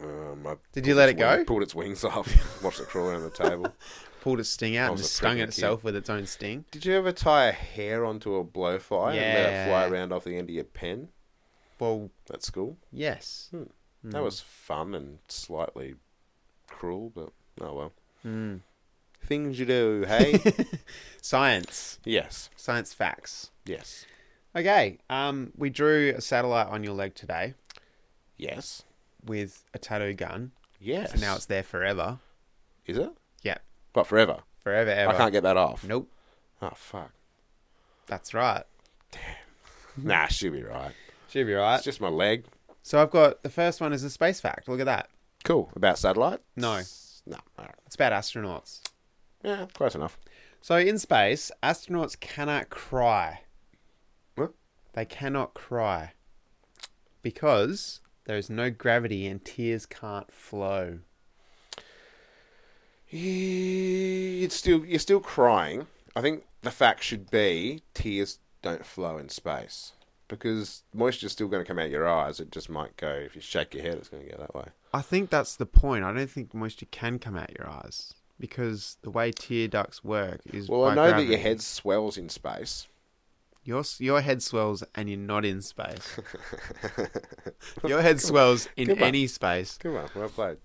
B: Um, I
A: Did
B: pulled
A: you let
B: its
A: it go?
B: wing- pulled its wings *laughs* off. watched it crawl around the table.
A: *laughs* Pulled its sting out and
B: was
A: just
B: a
A: stung
B: freaking
A: itself with its own sting.
B: Did you ever tie a hair onto a blowfly and let it fly
A: Yeah.
B: around off the end of your pen
A: Well,
B: at school?
A: yes.
B: That
A: Hmm.
B: was fun and slightly cruel, but oh well. Things you do, hey?
A: *laughs* Science.
B: yes,
A: Science facts.
B: yes,
A: Okay. Um, we drew a satellite on your leg today
B: yes,
A: with a tattoo gun.
B: yes.
A: So now it's there forever.
B: is it?
A: Yeah,
B: But forever.
A: forever ever.
B: I can't get that off.
A: Nope.
B: Oh fuck.
A: That's right.
B: Nah, she'll be right.
A: Should be
B: It's
A: right.
B: just my leg.
A: So I've got the first one is a space fact. Look at that.
B: Cool. About satellite?
A: No.
B: No. All right.
A: It's about astronauts.
B: Yeah, close enough.
A: So in space, astronauts cannot cry.
B: What?
A: They cannot cry because there is no gravity and tears can't flow.
B: You'd still you're still crying. I think the fact should be tears don't flow in space because moisture's still going to come out your eyes. It just might go if you shake your head, it's going to go that way.
A: I think that's the point. I don't think moisture can come out your eyes because the way tear ducts work is
B: Well,
A: by
B: I know that your
A: gravity.
B: head swells in space.
A: your s- your head swells and you're not in
B: *laughs*
A: space. your head swells in
B: Come on.
A: any space.
B: Come on, well played.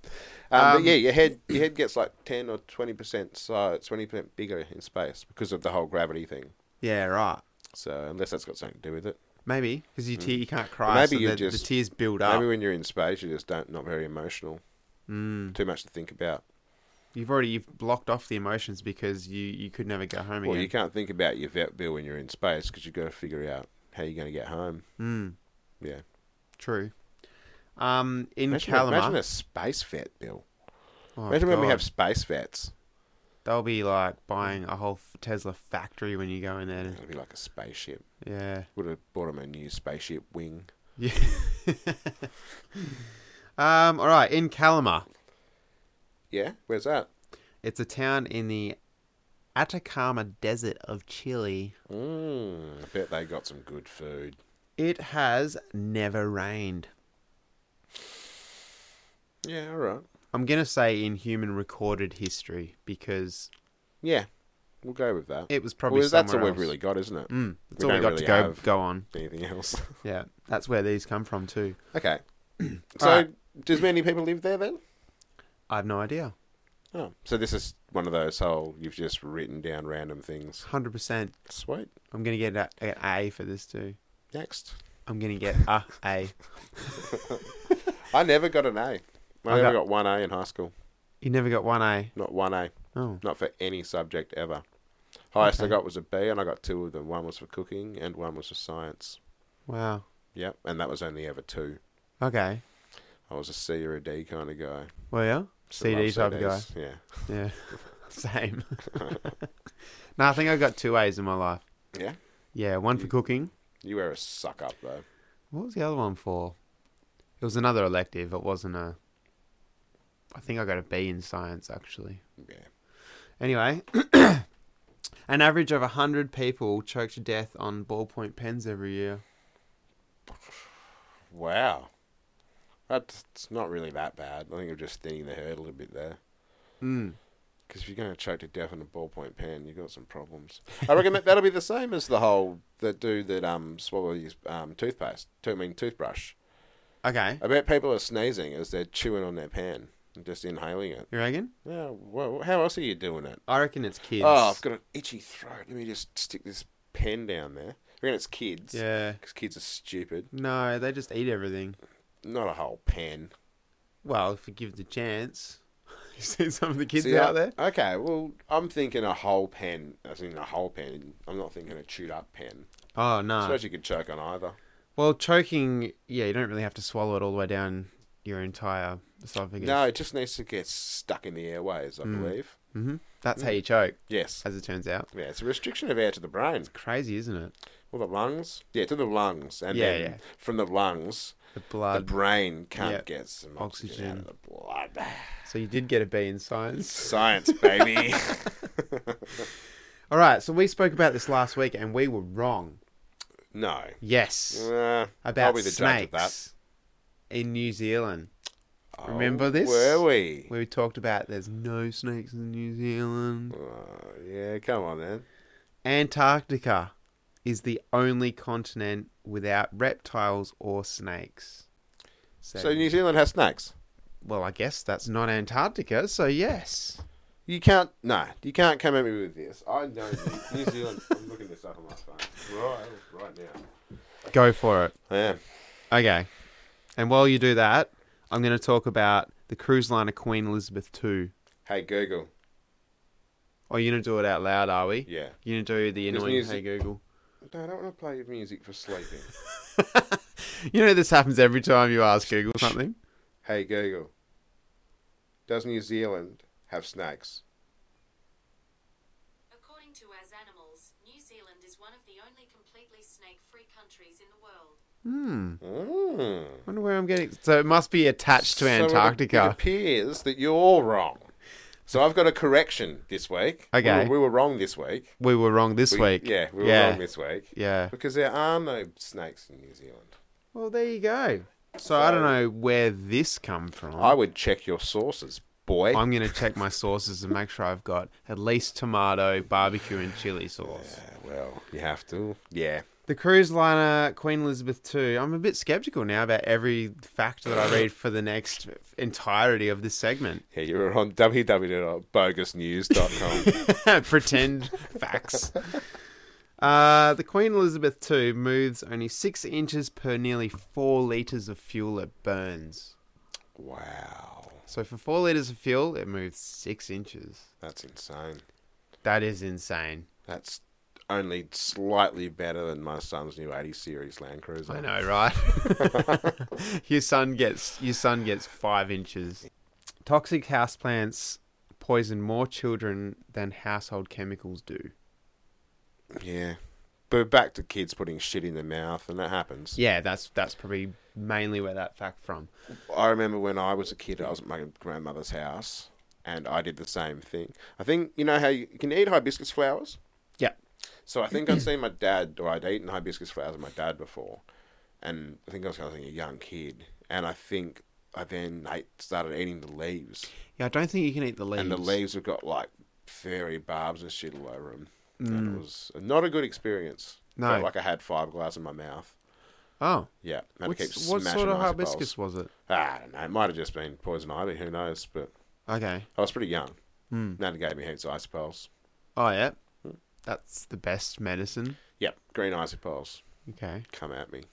B: Um,
A: Um,
B: but yeah, your head your head gets like ten or twenty percent so twenty percent bigger in space because of the whole gravity thing.
A: Yeah, right.
B: So unless that's got something to do with it,
A: Maybe because you tear, you can't cry.
B: Hmm. Maybe
A: so
B: you
A: the,
B: just-
A: the tears build up.
B: maybe when you're in space, you just don't not very emotional.
A: Mm.
B: Too much to think about.
A: You've already you've blocked off the emotions because you you could never go home
B: Well, you
A: again.
B: can't think about your vet bill when you're in space because you've got to figure out how you're going to get home.
A: Mm,
B: Yeah.
A: true. Um, in
B: Imagine,
A: Calamar,
B: imagine a space vet bill.
A: Oh,
B: imagine when we
A: God.
B: have space vets.
A: they'll be like buying a whole f- Tesla factory when you go in there.
B: It'd be like a spaceship.
A: Yeah,
B: Would have bought them a new spaceship wing.
A: yeah. *laughs* um, all right, in Calamar,
B: Yeah? Where's that?
A: it's a town in the Atacama Desert of Chile.
B: Mm, I bet they got some good food.
A: It has never rained.
B: Yeah, all right.
A: I'm gonna say in human recorded history because
B: Yeah, we'll go with that.
A: it was probably
B: well,
A: somewhere
B: that's all
A: else.
B: we've really got, isn't it?
A: Mm, that's
B: We
A: all we
B: don't
A: got
B: really
A: to go
B: have-
A: go on.
B: Anything else? *laughs*
A: Yeah, that's where these come from too.
B: okay.
A: *clears throat*
B: so,
A: Alright.
B: does many people live there then?
A: I have no idea.
B: Oh, so this is one of those whole you've just written down random things.
A: Hundred percent.
B: Sweet.
A: I'm gonna get a, an A for this too.
B: Next.
A: I'm gonna get a A.
B: I never got an A. I only got one A in high school.
A: You never got one A.
B: Not one A.
A: Oh,
B: Not for any subject ever. Highest I
A: Okay.
B: got was a B, and I got two of them. One was for cooking, and one was for science.
A: wow.
B: Yep, and that was only ever two.
A: Okay.
B: I was a C or a D kind of guy.
A: Well, yeah. CD type of guy.
B: guy. Yeah.
A: Yeah. Same. *laughs* no, I think I got two A's in my life.
B: Yeah?
A: Yeah, one for cooking.
B: You were a suck up though.
A: What was the other one for? It was another elective. It wasn't a. I think I got a B in science actually.
B: Yeah.
A: Anyway, *clears throat* an average of hundred people choke to death on ballpoint pens every year.
B: Wow. That's it's not really that bad. I think you're just thinning the hurdle a bit there. Hmm.
A: Mm.
B: Because if you're going to choke to death on a ballpoint pen, you've got some problems. I reckon that, that'll be the same as the whole that dude that um swallows his um toothpaste. To, I mean toothbrush.
A: Okay,
B: I bet people are sneezing as they're chewing on their pen and just inhaling it.
A: you reckon?
B: Yeah. Well, how else are you doing it?
A: I reckon it's kids.
B: Oh, I've got an itchy throat. Let me just stick this pen down there. I reckon it's kids.
A: yeah.
B: Because kids are stupid.
A: No, they just eat everything.
B: Not a whole pen.
A: Well, if you give it a chance, *laughs* you see some of the kids
B: See,
A: out
B: I-
A: there.
B: Okay, well, I'm thinking a whole pen. As in a whole pen. I'm not thinking a chewed up pen.
A: Oh no.
B: I suppose you could choke on either.
A: Well, choking, yeah, you don't really have to swallow it all the way down your entire esophagus.
B: No, it just needs to get stuck in the airways, I believe.
A: hmm That's
B: Mm.
A: how you choke,
B: Yes.
A: as it turns out.
B: Yeah, it's a restriction of air to the brain.
A: Crazy, isn't it?
B: Well, the lungs. Yeah, to the lungs. And
A: Yeah,
B: then
A: yeah.
B: from the lungs,
A: The
B: the
A: blood.
B: brain can't
A: yeah.
B: get some oxygen, out of the blood.
A: so you did get a B in science.
B: Science, baby. *laughs*
A: All right, so we spoke about this last week and we were wrong.
B: no.
A: Yes.
B: Uh,
A: About
B: I'll be the
A: snakes
B: judge of that. Oh,
A: in New Zealand. Remember this?
B: Were we?
A: We talked about there's no snakes in New Zealand.
B: Oh, yeah, come on then.
A: Antarctica is the only continent without reptiles or snakes.
B: So New Zealand has snakes.
A: Well, I guess that's not Antarctica, so yes.
B: You can't. No, you can't come at me with this. I know this. New Zealand. I'm looking this up on my phone right, right now.
A: Go for it.
B: Yeah.
A: Okay. And while you do that, I'm going to talk about the cruise liner Queen Elizabeth II.
B: Hey Google.
A: Oh, you're going to do it out loud, are we?
B: Yeah.
A: You're going to do the
B: There's
A: annoying
B: music.
A: Hey Google.
B: No, I don't want to play your music for sleeping.
A: You know, this happens every time you ask
B: *laughs*
A: Google something.
B: hey Google. Does New Zealand have snakes?
C: According to As Animals, New Zealand is one of the only completely snake-free countries in the world.
A: Hmm.
B: Mm.
A: wonder where I'm getting. So it must be attached to
B: So it- It *laughs*
A: Antarctica.
B: appears that you're wrong. So I've got a correction this week. We
A: Okay.
B: were, we were wrong this week.
A: We were wrong this
B: We-
A: week.
B: Yeah, we were
A: Yeah.
B: wrong this week.
A: Yeah.
B: Because there are no snakes in New Zealand.
A: Well, there you go. So, I don't know where this come from.
B: I would check your sources, boy.
A: I'm going to check my sources and make sure I've got at least tomato, barbecue, and chili sauce.
B: Yeah, well, you have to. Yeah.
A: The cruise liner Queen Elizabeth II. I'm a bit skeptical now about every fact that I read for the next entirety of this segment.
B: Yeah, you were on
A: *laughs*
B: www.bogusnews.com.
A: Pretend facts. Uh, the Queen Elizabeth II moves only six inches per nearly four liters of fuel it burns.
B: wow.
A: So for four liters of fuel, it moves six inches.
B: That's insane.
A: That is insane.
B: That's only slightly better than my son's new 80 series Land Cruiser.
A: I know, right?
B: *laughs*
A: *laughs* your son gets your son gets five inches. Toxic houseplants poison more children than household chemicals do.
B: Yeah. But back to kids putting shit in their mouth, and that happens.
A: Yeah, that's that's probably mainly where that fact from.
B: I remember when I was a kid, I was at my grandmother's house, and I did the same thing. I think, you know how you, you can eat hibiscus flowers?
A: Yeah.
B: So I think I'd seen my dad, or I'd eaten hibiscus flowers with my dad before, and I think I was kind of like a young kid, and I think I then ate, started eating the leaves,
A: Yeah, I don't think you can eat the leaves.
B: and the leaves have got like furry barbs and shit all over them, and it was not a good experience.
A: Mm. No.
B: Felt like I had five glass in my mouth.
A: Oh.
B: Yeah, had to
A: What's,
B: keep
A: what
B: smashing
A: sort of
B: ice bowls.
A: hibiscus was it?
B: Ah, I don't know. It might have just been poison ivy. Who knows? But
A: Okay.
B: I was pretty young.
A: Hmm.
B: Nana gave me heaps of isopoles.
A: Oh yeah. That's the best medicine.
B: Yep, green isopoles
A: Okay.
B: come at me.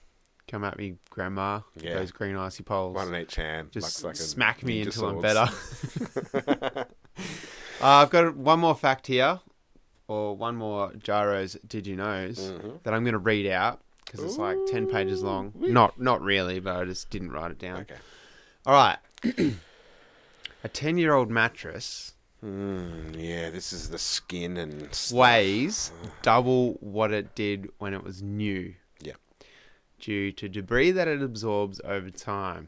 A: Come at me, grandma. with
B: Yeah.
A: Those green icy poles.
B: One in each hand.
A: Just
B: like fucking
A: smack me
B: ninja
A: until I'm
B: swords.
A: better. *laughs* uh, I've got one more fact here, or one more Gyro's Did You Knows that I'm going to read out because it's like 10 pages long. Not, not really, but I just didn't write it down.
B: *laughs* Okay.
A: All right. *clears throat* A 10 year old mattress
B: Mm, yeah, this is the skin and stuff.
A: weighs double what it did when it was new
B: Yeah.
A: due to debris that it absorbs over time.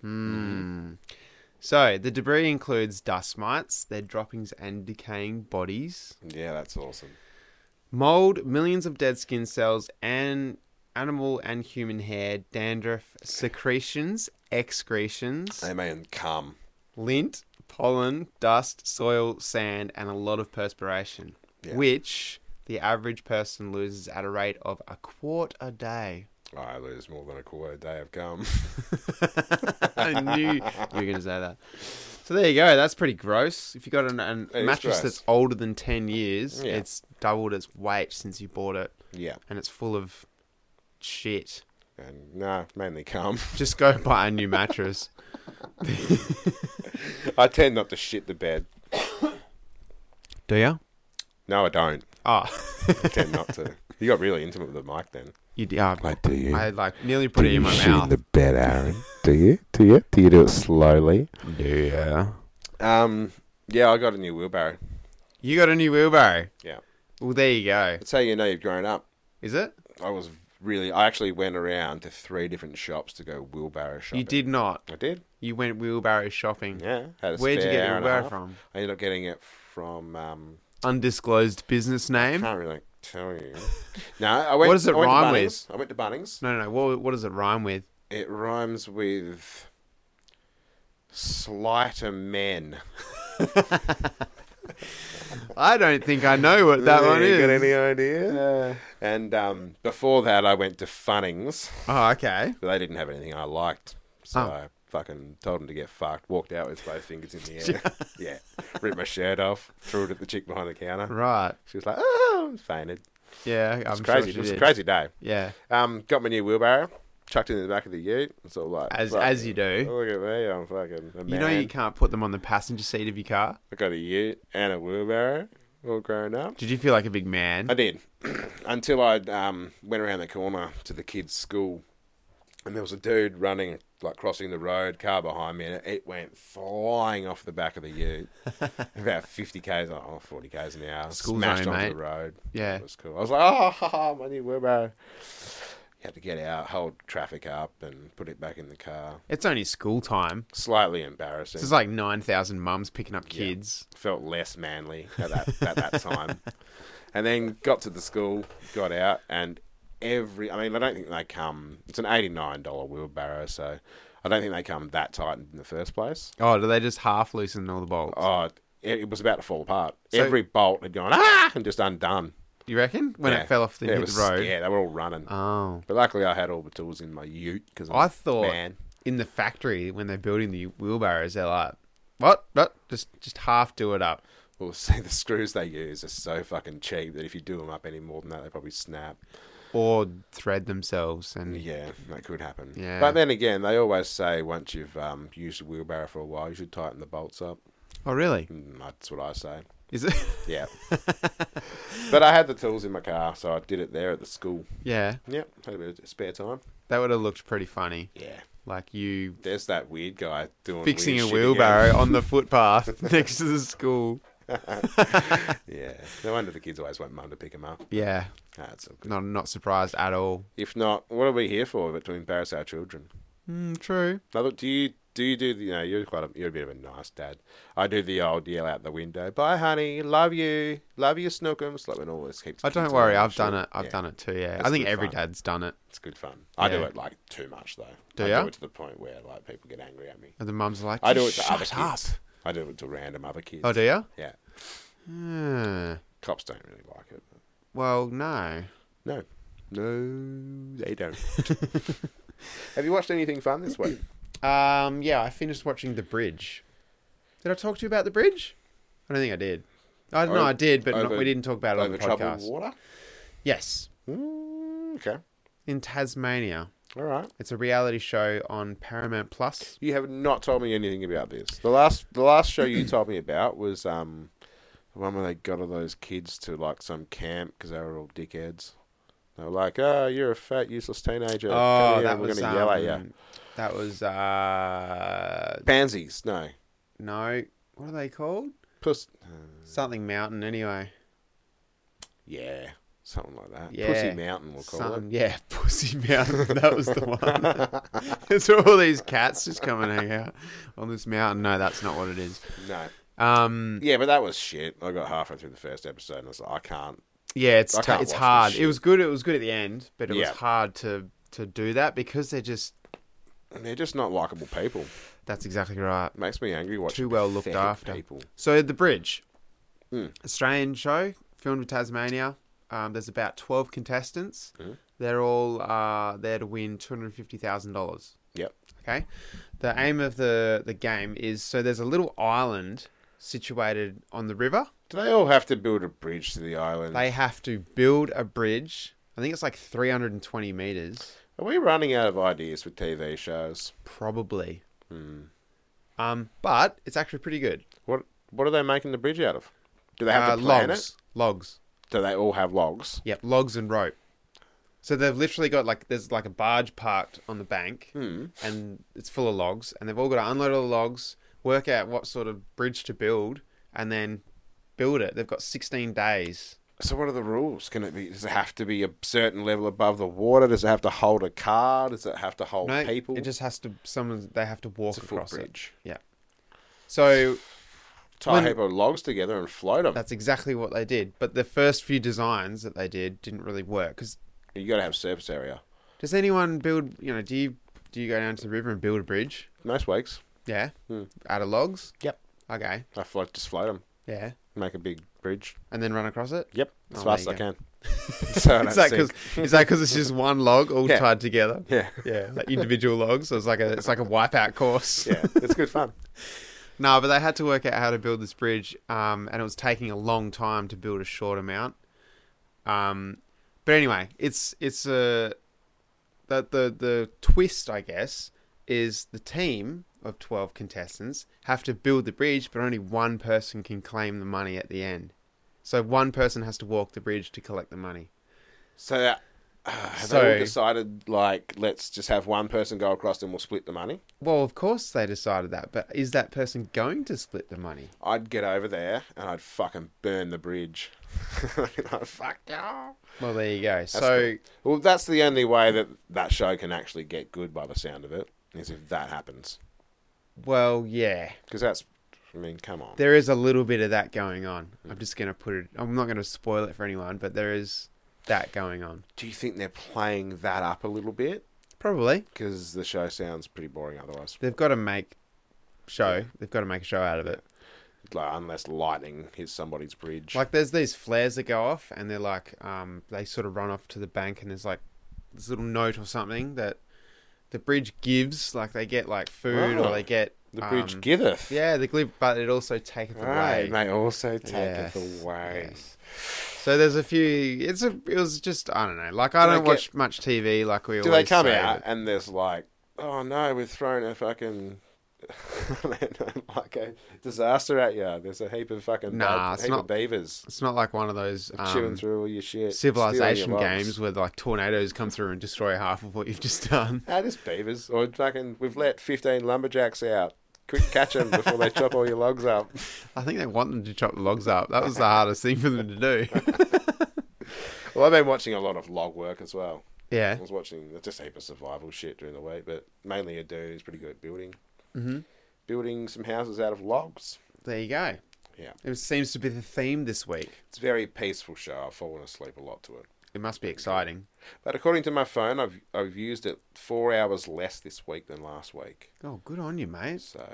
A: Hmm. So, the debris includes dust mites, their droppings, and decaying bodies,
B: Yeah, that's awesome.
A: mold, millions of dead skin cells, and animal and human hair, dandruff, secretions, excretions,
B: They may come.
A: lint, pollen, dust, soil, sand, and a lot of perspiration,
B: Yeah.
A: which the average person loses at a rate of a quart a day. *laughs*
B: I lose Oh, more than a quarter a day of cum. *laughs*
A: I knew you were going to say that. So there you go. That's pretty gross. If you got an, an
B: It is
A: mattress
B: gross.
A: that's older than ten years,
B: Yeah.
A: it's doubled its weight since you bought it,
B: yeah.
A: and it's full of shit.
B: And nah, mainly cum. *laughs*
A: Just go *laughs* buy a new mattress.
B: I tend not to shit the bed.
A: Do you?
B: No, I don't.
A: Oh,
B: I tend not to. You got really intimate with the mic then.
A: *laughs* you do. I,
B: do you?
A: I like nearly put it in my mouth.
B: bed, Aaron. do you? Do you? Do you do it slowly?
A: yeah.
B: Um. Yeah, I got a new wheelbarrow.
A: You got a new wheelbarrow.
B: Yeah.
A: Well, there you go.
B: That's how you know you've grown up.
A: Is it?
B: I was really. I actually went around to three different shops to go wheelbarrow shopping.
A: You did not.
B: I did.
A: You went wheelbarrow shopping.
B: Yeah. Had a
A: Where'd you
B: spare
A: get the
B: hour and a
A: wheelbarrow
B: half.
A: from?
B: I ended up getting it from. Um,
A: Undisclosed business name.
B: can't really tell you. *laughs* No, I went.
A: What does it
B: I went
A: rhyme
B: to
A: with?
B: Bunnings. I went to Bunnings.
A: No, no, no. What, what does it rhyme with?
B: It rhymes with slighter men.
A: I don't think I know what that one
B: *laughs* you
A: is.
B: Got any idea? and um, before that, I went to Funnings,
A: Oh, okay.
B: but they didn't have anything I liked, so
A: Oh.
B: I fucking told them to get fucked. Walked out with both fingers in the
A: *laughs*
B: air. yeah, ripped my shirt off, threw it at the chick behind the counter.
A: Right.
B: She was like, "Oh," and fainted.
A: Yeah,
B: It's
A: I'm sure
B: crazy.
A: she
B: it was a
A: did.
B: crazy day.
A: Yeah,
B: Um, got my new wheelbarrow, chucked it in the back of the Ute. It's all like
A: as
B: fuck,
A: as you do.
B: Look at me, I'm fucking. A
A: You know you
B: man.
A: can't put them on the passenger seat of your car.
B: I got a Ute and a wheelbarrow, all grown up.
A: Did you feel like a big man?
B: I did *clears throat* until I um, went around the corner to the kids' school, and there was a dude running like crossing the road, car behind me, and it went flying off the back of
A: *laughs*
B: the Ute, about fifty k's, oh, 40 k's an hour,
A: School
B: smashed
A: zone,
B: onto
A: mate.
B: the road.
A: Yeah.
B: it was cool. I was like, oh, *laughs* ha, ha, my new wheelbarrow. You had to get out, hold traffic up, and put it back in the car.
A: It's only school time.
B: Slightly
A: This
B: embarrassing.
A: is like nine thousand mums picking up
B: Yeah.
A: kids.
B: felt less manly at that at
A: *laughs*
B: that time. And then got to the school, got out, and every I mean, I don't think they come. It's an eighty nine dollar wheelbarrow, so I don't think they come that tight in the first place.
A: Oh, do they just half loosen all the bolts?
B: Oh, it, it was about to fall apart.
A: So-
B: every bolt had gone ah and just undone
A: You reckon when
B: Yeah.
A: it fell off the,
B: Yeah, it
A: hit
B: was-
A: the road?
B: Yeah, they were all running.
A: Oh,
B: but luckily, I had all the tools in my ute because
A: I thought
B: man,
A: in the factory when they're building the wheelbarrows, they're like, "What? What? Just just half do it up."
B: well, *laughs* see, the screws they use are so fucking cheap that if you do them up any more than that, they probably snap.
A: or thread themselves and
B: Yeah, that could happen.
A: Yeah.
B: But then again, they always say once you've um, used a wheelbarrow for a while, you should tighten the bolts up.
A: oh really
B: Mm, that's what I say.
A: is it *laughs*
B: Yeah. but I had the tools in my car, so I did it there at the school.
A: yeah
B: Yep, had a bit of spare time.
A: that would have looked pretty funny
B: Yeah.
A: like you
B: There's that weird guy doing
A: fixing
B: weird
A: a
B: shit
A: wheelbarrow on the footpath next to the school
B: again. *laughs* Yeah. No wonder the kids always want mum to pick him up.
A: yeah
B: That's all good.
A: not not surprised at all
B: If not, what are we here for? But to embarrass our children.
A: mm, true
B: Now, look, do you do you do the, you know you're quite a, you're a bit of a nice dad. I do the old yell out the window, bye honey, love you, love you snookums. Like when all this keeps.
A: i don't worry i've done it i've done it too yeah
B: That's
A: i think
B: good
A: every
B: fun.
A: dad's done it
B: It's good fun. I do
A: Yeah.
B: it like too much though.
A: Do
B: I
A: ya?
B: do it to the point where like people get angry at me.
A: and the mum's like
B: I do it
A: "Just
B: to
A: shut
B: other
A: up
B: kids. I do it to random other kids.
A: oh do you
B: Yeah,
A: yeah.
B: cops don't really like it. but-
A: well no
B: No, no,
A: *laughs*
B: they don't. Have you watched anything fun this week?
A: um yeah i finished watching the bridge did i talk to you about the bridge i don't think i did I don't know.
B: Over-
A: I did, but not,
B: over-
A: we didn't talk about it on
B: Over
A: the
B: troubled
A: podcast.
B: water.
A: Yes,
B: Mm, okay.
A: in Tasmania.
B: All right.
A: It's a reality show on Paramount Plus.
B: You have not told me anything about this. The last the last show you told me about was um the one where they got all those kids to like some camp because they were all dickheads. They were like, "Oh, you're a fat useless teenager. Come
A: Oh,
B: here
A: that
B: and we're
A: was
B: gonna yell at you."
A: um, that was uh
B: Pansies, no.
A: no, what are they called?
B: Puss. uh,
A: Something Mountain anyway.
B: yeah, something like that.
A: Yeah.
B: Pussy Mountain, we'll call
A: Something, yeah, *laughs* Pussy Mountain. That was the one. *laughs* it's all these cats just come and hang out on this mountain. No, that's not what it is.
B: it. No.
A: Um,
B: Yeah, but that was shit. I got halfway through the first episode and I was like, I can't.
A: yeah, it's
B: I
A: tou-
B: can't
A: it's
B: watch this
A: hard. It
B: shit.
A: was good. It was good at the end, but it
B: Yeah.
A: was hard to to do that because they're just.
B: They're just not likable people.
A: That's exactly right.
B: It makes me angry watching
A: Too well looked
B: pathetic
A: after.
B: people.
A: So the bridge,
B: Mm.
A: Australian show filmed in Tasmania. Um, there's about twelve contestants.
B: Mhm.
A: They're all uh, there to win two hundred fifty thousand dollars.
B: Yep.
A: Okay. The aim of the the game is so there's a little island situated on the river.
B: Do they all have to build a bridge to the island?
A: They have to build a bridge. I think it's like 320 meters,
B: Are we running out of ideas for TV shows?
A: probably.
B: Hmm.
A: Um, but it's actually pretty good.
B: What What are they making the bridge out of? Do they have
A: Uh,
B: to plan
A: logs,
B: it?
A: logs.
B: Do they all have logs?
A: Yep, logs and rope. So they've literally got like there's like a barge parked on the bank,
B: Hmm.
A: and it's full of logs, and they've all got to unload all the logs, work out what sort of bridge to build, and then build it. They've got 16 days.
B: So what are the rules? Can it be? Does it have to be a certain level above the water? Does it have to hold a car? Does it have to hold
A: No,
B: people?
A: it just has to someone they have to walk
B: it's a
A: across it.
B: footbridge.
A: Yeah. So
B: Tie
A: When-
B: a heap of logs together and float them.
A: that's exactly what they did. But the first few designs that they did didn't really work. Because
B: You got to have surface area.
A: does anyone build? You know, do you do you go down to the river and build a bridge?
B: Most weeks.
A: Yeah.
B: Hmm.
A: Out of logs.
B: Yep.
A: Okay.
B: I float, just float them.
A: Yeah.
B: Make a big bridge.
A: And then run across it.
B: Yep, as
A: Oh,
B: fast as
A: there
B: I
A: you
B: can. *laughs* so I don't
A: Is that
B: sink.
A: because is that 'cause it's just one log all
B: *laughs* Yeah.
A: tied together?
B: Yeah.
A: Yeah, like individual logs. So it's like a it's like a wipeout course.
B: yeah, it's good fun.
A: No, but they had to work out how to build this bridge, um, and it was taking a long time to build a short amount. Um, but anyway, it's it's a the the the twist, I guess, is the team of twelve contestants have to build the bridge, but only one person can claim the money at the end. So one person has to walk the bridge to collect the money.
B: So uh, have they
A: So-
B: all decided like let's just have one person go across and we'll split the money?
A: Well, of course they decided that, but is that person going to split the money?
B: I'd get over there and I'd fucking burn the bridge. *laughs* Like, Fuck you.
A: Well, there you go. so
B: Well, that's the only way that that show can actually get good by the sound of it is if that happens.
A: well, yeah.
B: Because that's, I mean, come on.
A: there is a little bit of that going on.
B: Mm.
A: I'm just going to put it. I'm not going to spoil it for anyone, but there is that going on.
B: Do you think they're playing that up a little bit?
A: Probably
B: Because the show sounds pretty boring otherwise.
A: they've got to make show. They've got to make a show out of it.
B: Like unless lightning hits somebody's bridge.
A: Like there's these flares that go off, and they're like, um, they sort of run off to the bank, and there's like this little note or something that the bridge gives. Like they get like food, or
B: Oh,
A: they get
B: the bridge
A: um,
B: giveth.
A: Yeah, the glib, but it also taketh
B: Right,
A: away.
B: and they also take
A: Yes,
B: it away.
A: yes. So there's a few. It's a. It was just I don't know. Like I
B: Do they
A: don't
B: get-
A: watch much TV. Like we
B: Do they
A: always
B: come
A: say,
B: out
A: but-
B: and there's like, oh no, we've thrown a fucking *laughs* like a disaster at you. There's a heap of fucking
A: Nah, it's
B: heap
A: not-
B: of beavers
A: It's not like one of those
B: chewing
A: um,
B: through all your shit. stealing your
A: civilization
B: logs.
A: games where like tornadoes come through and destroy half of what you've just done. *laughs*
B: Nah, just beavers. Or fucking, we've let fifteen lumberjacks out. Quick, catch them before they chop all your
A: *laughs*
B: logs up.
A: I think they want them to chop the logs up. That was the hardest thing for them to do. *laughs*
B: Well, I've been watching a lot of log work as well.
A: yeah.
B: I was watching just a heap of survival shit during the week, but mainly a dude who's pretty good at building,
A: Mhm.
B: building some houses out of logs.
A: There you go.
B: Yeah.
A: It seems to be the theme this week.
B: It's a very peaceful show. I've fallen asleep a lot to it.
A: It must be exciting.
B: But according to my phone, I've I've used it four hours less this week than last week.
A: Oh, good on you, mate.
B: So,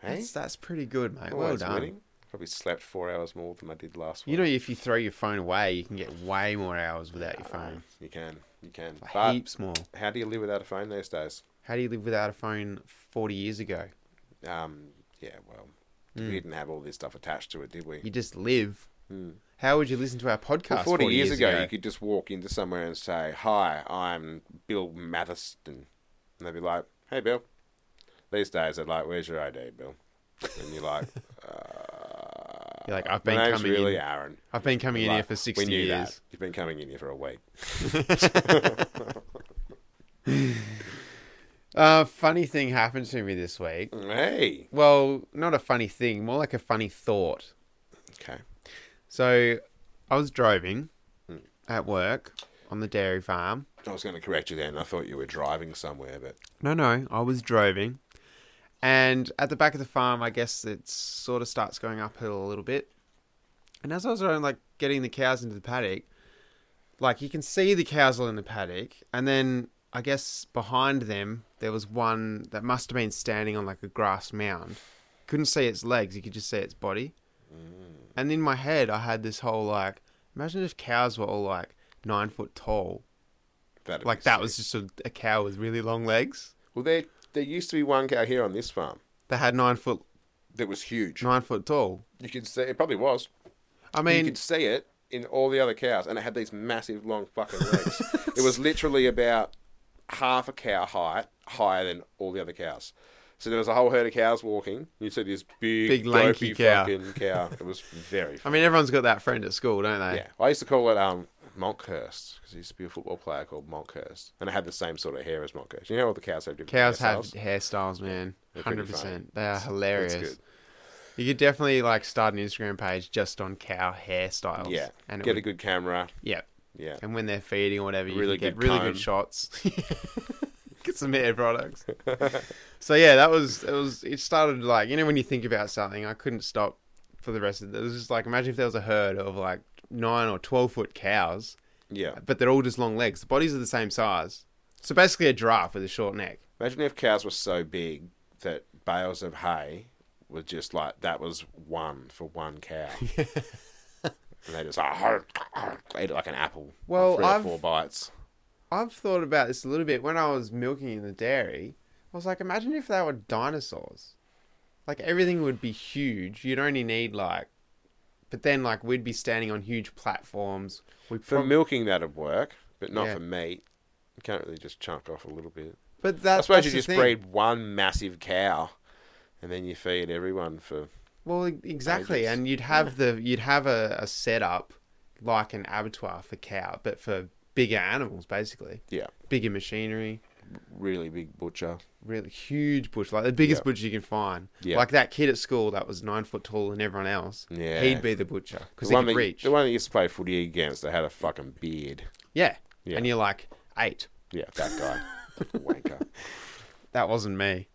B: hey,
A: That's, that's pretty good, mate. well
B: always
A: done.
B: winning. Probably slept four hours more than I did last week.
A: You know, if you throw your phone away, you can get way more hours without your phone.
B: you can, you can.
A: Like,
B: But
A: heaps more.
B: how do you live without a phone these days?
A: How do you live without a phone 40 years ago? Hmm.
B: Um, yeah, well, we didn't have all this stuff attached to it, did we?
A: You just live.
B: Mm.
A: How would you listen to our podcast?
B: Well, 40, years, ago, you could just walk into somewhere and say, Hi, I'm Bill Matheson. And they'd be like, Hey, Bill. These days, they're like, Where's your ID, Bill? And you're like, uh,
A: You're like, *laughs* "I've
B: my
A: been
B: name's
A: coming
B: really
A: in
B: Aaron.
A: I've been coming in
B: Like,
A: here for
B: we
A: sixty
B: knew that.
A: years.
B: You've been coming in here for a week.
A: Uh, funny thing happened to me this week.
B: Hey.
A: Well, not a funny thing, more like a funny thought.
B: Okay.
A: So, I was driving at work on the dairy farm.
B: I was going to correct you then. I thought you were driving somewhere, but
A: No, no, I was driving, and at the back of the farm, I guess it sort of starts going uphill a little bit. And as I was around, like getting the cows into the paddock, like you can see the cows all in the paddock, and then I guess behind them there was one that must have been standing on like a grass mound. Couldn't see its legs; you could just see its body. And in my head, I had this whole like, imagine if cows were all like nine foot tall.
B: that'd
A: Like
B: be
A: that
B: sick.
A: was just a, a cow with really long legs.
B: Well, there there used to be one cow here on this farm
A: that had nine foot
B: that was huge.
A: nine foot tall.
B: You could see it probably was.
A: I
B: you
A: mean,
B: could see it in all the other cows, and it had these massive long
A: *laughs*
B: fucking legs. it was literally about half a cow height higher than all the other cows. So there was a whole herd of cows walking. and You see this big,
A: Big lanky
B: dopey
A: cow.
B: fucking cow. It was
A: *laughs*
B: very.
A: I
B: Funny.
A: mean, everyone's got that friend at school, don't they?
B: yeah, I used to call it um Monkhurst because there used to be a football player called Monkhurst, and it had the same sort of hair as Monkhurst. You know, all the cows have different
A: Cows have
B: hairstyles?
A: hairstyles, man.
B: They're pretty
A: Hundred
B: funny.
A: percent. They are hilarious.
B: That's good.
A: You could definitely like start an Instagram page just on cow hairstyles.
B: Yeah,
A: and it
B: get
A: would,
B: a good camera.
A: yeah.
B: Yeah,
A: And when they're feeding or whatever, you
B: Really
A: really get
B: good
A: really
B: comb.
A: good shots. *laughs* get some hair
B: *laughs*
A: products. so yeah, that was it. Was it started like you know when you think about something, I couldn't stop for the rest of it. It was just like imagine if there was a herd of like nine or twelve foot cows.
B: yeah.
A: but they're all just long legs. The bodies are the same size. So basically a giraffe with a short neck.
B: Imagine if cows were so big that bales of hay were just like that was one for one
A: *laughs*
B: cow. and they just "Ah, like, ate it like an apple. like
A: Well,
B: 3
A: I've-
B: or four bites.
A: I've thought about this a little bit. When I was milking in the dairy, I was like, imagine if they were dinosaurs. Like everything would be huge. You'd only need like but then like we'd be standing on huge platforms. We
B: For
A: prob-
B: milking, that'd work, but not
A: Yeah.
B: for meat. You can't really just chunk off a little bit.
A: but that,
B: I suppose
A: that's
B: you
A: the
B: just
A: thing.
B: breed one massive cow, and then you feed everyone for.
A: Well, e- exactly,
B: Ages.
A: and you'd have the you'd have a, a setup like an abattoir for cow, but for bigger animals, basically
B: Yeah,
A: bigger machinery.
B: really big butcher.
A: really huge bush, like the biggest butcher you can find.
B: Yeah.
A: Like that kid at school that was nine foot taller than everyone else.
B: Yeah.
A: He'd be the butcher because
B: The
A: he
B: one,
A: could
B: that,
A: reach.
B: the one that used to play footy against that had a fucking beard.
A: Yeah.
B: Yeah.
A: And you're like, eight.
B: Yeah, that guy.
A: *laughs*
B: Fucking wanker.
A: That wasn't me.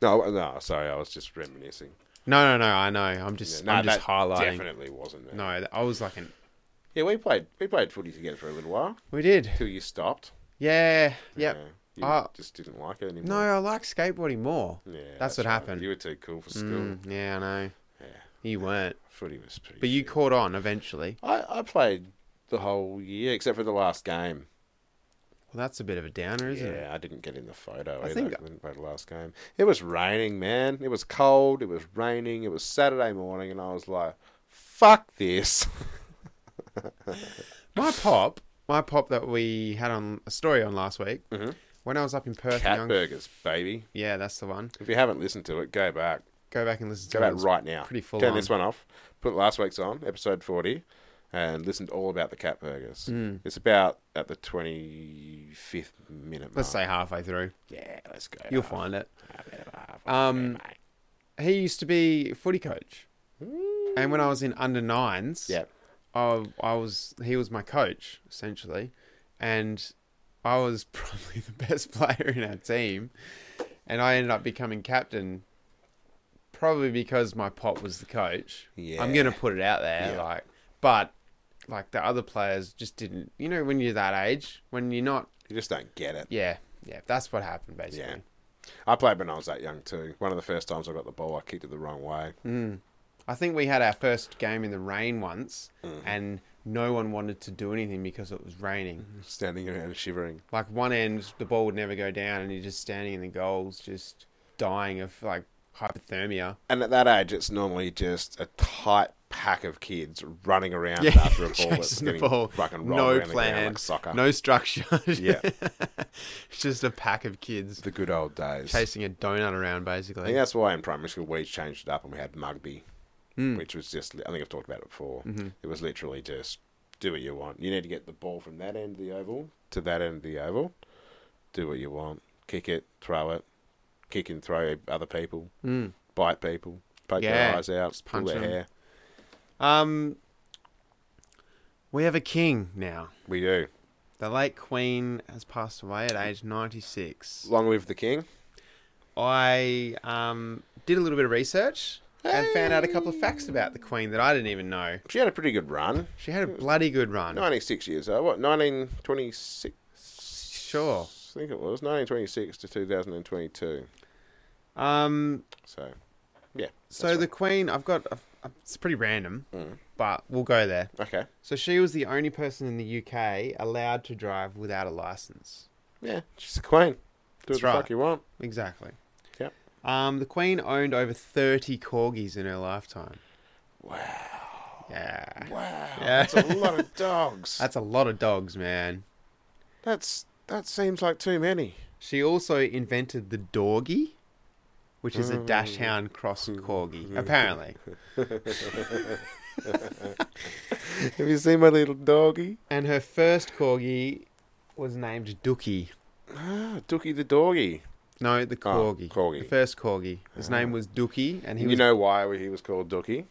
B: No, no, sorry, I was just reminiscing.
A: No, no, no. I know. I'm
B: Yeah,
A: just,
B: no,
A: I'm just
B: that
A: highlighting.
B: Definitely wasn't. It.
A: No, th- I was like, an,
B: Yeah, we played we played footy together for a little while
A: we did.
B: until you stopped.
A: Yeah. Yep.
B: Yeah, you
A: Uh,
B: just didn't like it
A: No,
B: anymore.
A: I like skateboarding more.
B: Yeah,
A: that's, what
B: right.
A: happened.
B: You were too cool for school.
A: Mm, yeah, I know.
B: Yeah,
A: You weren't,
B: footy was pretty.
A: but you
B: shit.
A: caught on eventually.
B: I I played the whole year except for the last game.
A: Well, that's a bit of a downer, isn't it?
B: yeah, I didn't get in the photo
A: I
B: either.
A: think-
B: 'cause I didn't play the last game. It was raining, man. It was cold. It was raining. It was Saturday morning, and I was like, "Fuck this."
A: My pop, my pop that we had on a story on last week. When I was up in Perth,
B: Mm-hmm. Cat
A: young
B: burgers, baby.
A: Yeah, that's the one.
B: If you haven't listened to it, go back.
A: Go back and listen to
B: Go back
A: it.
B: right now.
A: pretty full
B: Turn
A: on.
B: this one off. Put last week's on, episode 40, and listen to all about the cat burgers.
A: Hmm.
B: It's about at the 25th minute mark.
A: Let's say halfway through.
B: Yeah, let's go.
A: You'll
B: half-
A: find it.
B: half an hour, half
A: Um,
B: an hour,
A: He used to be a footy coach.
B: mate.
A: And when I was in under nines,
B: Yeah.
A: I, I was he was my coach, essentially. And I was *laughs* probably the best player in our team. And I ended up becoming captain probably because my pop was the coach. I'm
B: Yeah.
A: gonna put it out there,
B: Yeah.
A: like but like the other players just didn't you know, when you're that age, when you're not
B: You just don't get it.
A: yeah, yeah, that's what happened basically.
B: Yeah. I played when I was that young, too. One of the first times I got the ball, I kicked it the wrong way.
A: Hmm. I think we had our first game in the rain once,
B: Mm-hmm.
A: and no one wanted to do anything because it was raining.
B: Mm-hmm. Standing around shivering.
A: Like one end, the ball would never go down, and you're just standing in the goals, just dying of like hypothermia.
B: And at that age, it's normally just a tight pack of kids running around
A: Yeah, *laughs*
B: after a ball that's
A: chasing the
B: getting
A: ball.
B: fucking rolled
A: No
B: around the ground
A: plan,
B: like soccer.
A: no structure. *laughs*
B: Yeah.
A: it's just a pack of kids
B: the good old days.
A: chasing a donut around,
B: I
A: basically.
B: think that's why in primary school we changed it up and we had Mugby,
A: Hmm.
B: which was just, I think I've talked about it before.
A: Mm-hmm.
B: It was literally just do what you want. You need to get the ball from that end of the oval to that end of the oval. Do what you want. Kick it, throw it, kick and throw other people,
A: Mm.
B: bite people, poke
A: Yeah,
B: their eyes out,
A: just
B: punch
A: punch
B: their
A: them.
B: hair.
A: Um, we have a king now.
B: We do.
A: The late Queen has passed away at age 96.
B: Long live the king.
A: I um, did a little bit of research and found out a couple of facts about the Queen that I didn't even know.
B: She had a pretty good run.
A: She had a bloody good run.
B: 96 years old. What, 1926?
A: Sure.
B: I think it was. 1926 to 2022.
A: Um,
B: So, yeah.
A: so
B: that's Mm.
A: the Queen, I've got, I've, it's pretty random, but we'll go there.
B: right. Okay.
A: So she was the only person in the UK allowed to drive without a license.
B: Yeah, she's a queen. Do what
A: That's
B: the
A: right.
B: fuck you want.
A: Exactly.
B: Yep.
A: Um, the Queen owned over 30 corgis in her lifetime.
B: Wow.
A: Yeah.
B: Wow.
A: Yeah.
B: That's a lot of
A: *laughs*
B: dogs.
A: That's a lot of dogs, man.
B: That's that seems like too many.
A: She also invented the dorgy, which is a
B: Mm.
A: dashhound cross
B: Mm-hmm.
A: corgi, apparently.
B: *laughs* Have you seen my little doggy?
A: And her first corgi was named Dookie.
B: Ah, Dookie the doggy.
A: No, the
B: Oh,
A: corgi.
B: corgi. Ah.
A: The first corgi. His name was Dookie, and he
B: you
A: was
B: know why he was called Dookie?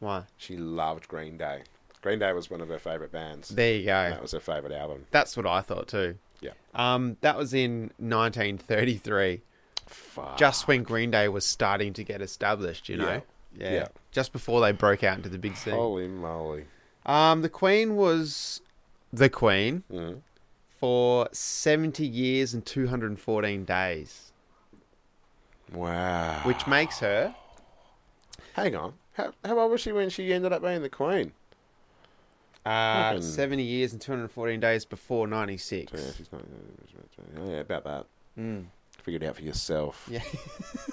A: why?
B: She loved Green Day. Green Day was one of her favorite bands.
A: There you go.
B: That was her favorite album.
A: That's what I thought too.
B: Yeah.
A: Um, that was in 1933,
B: Fuck.
A: just when Green Day was starting to get established. You know.
B: Ah, Yeah.
A: Yeah.
B: Yeah. Oh.
A: Just before they broke out into the big scene.
B: Holy moly.
A: Um, the Queen was the Queen
B: Mhm.
A: for 70 years and 214 days,
B: Wow.
A: which makes her
B: Hang on. How, how old was she when she ended up being the queen?
A: uh,
B: Fucking-
A: 70 years and 214 days before 96.
B: Yeah, she's not. Yeah, about that. Hmm. Figure it out for yourself.
A: Yeah.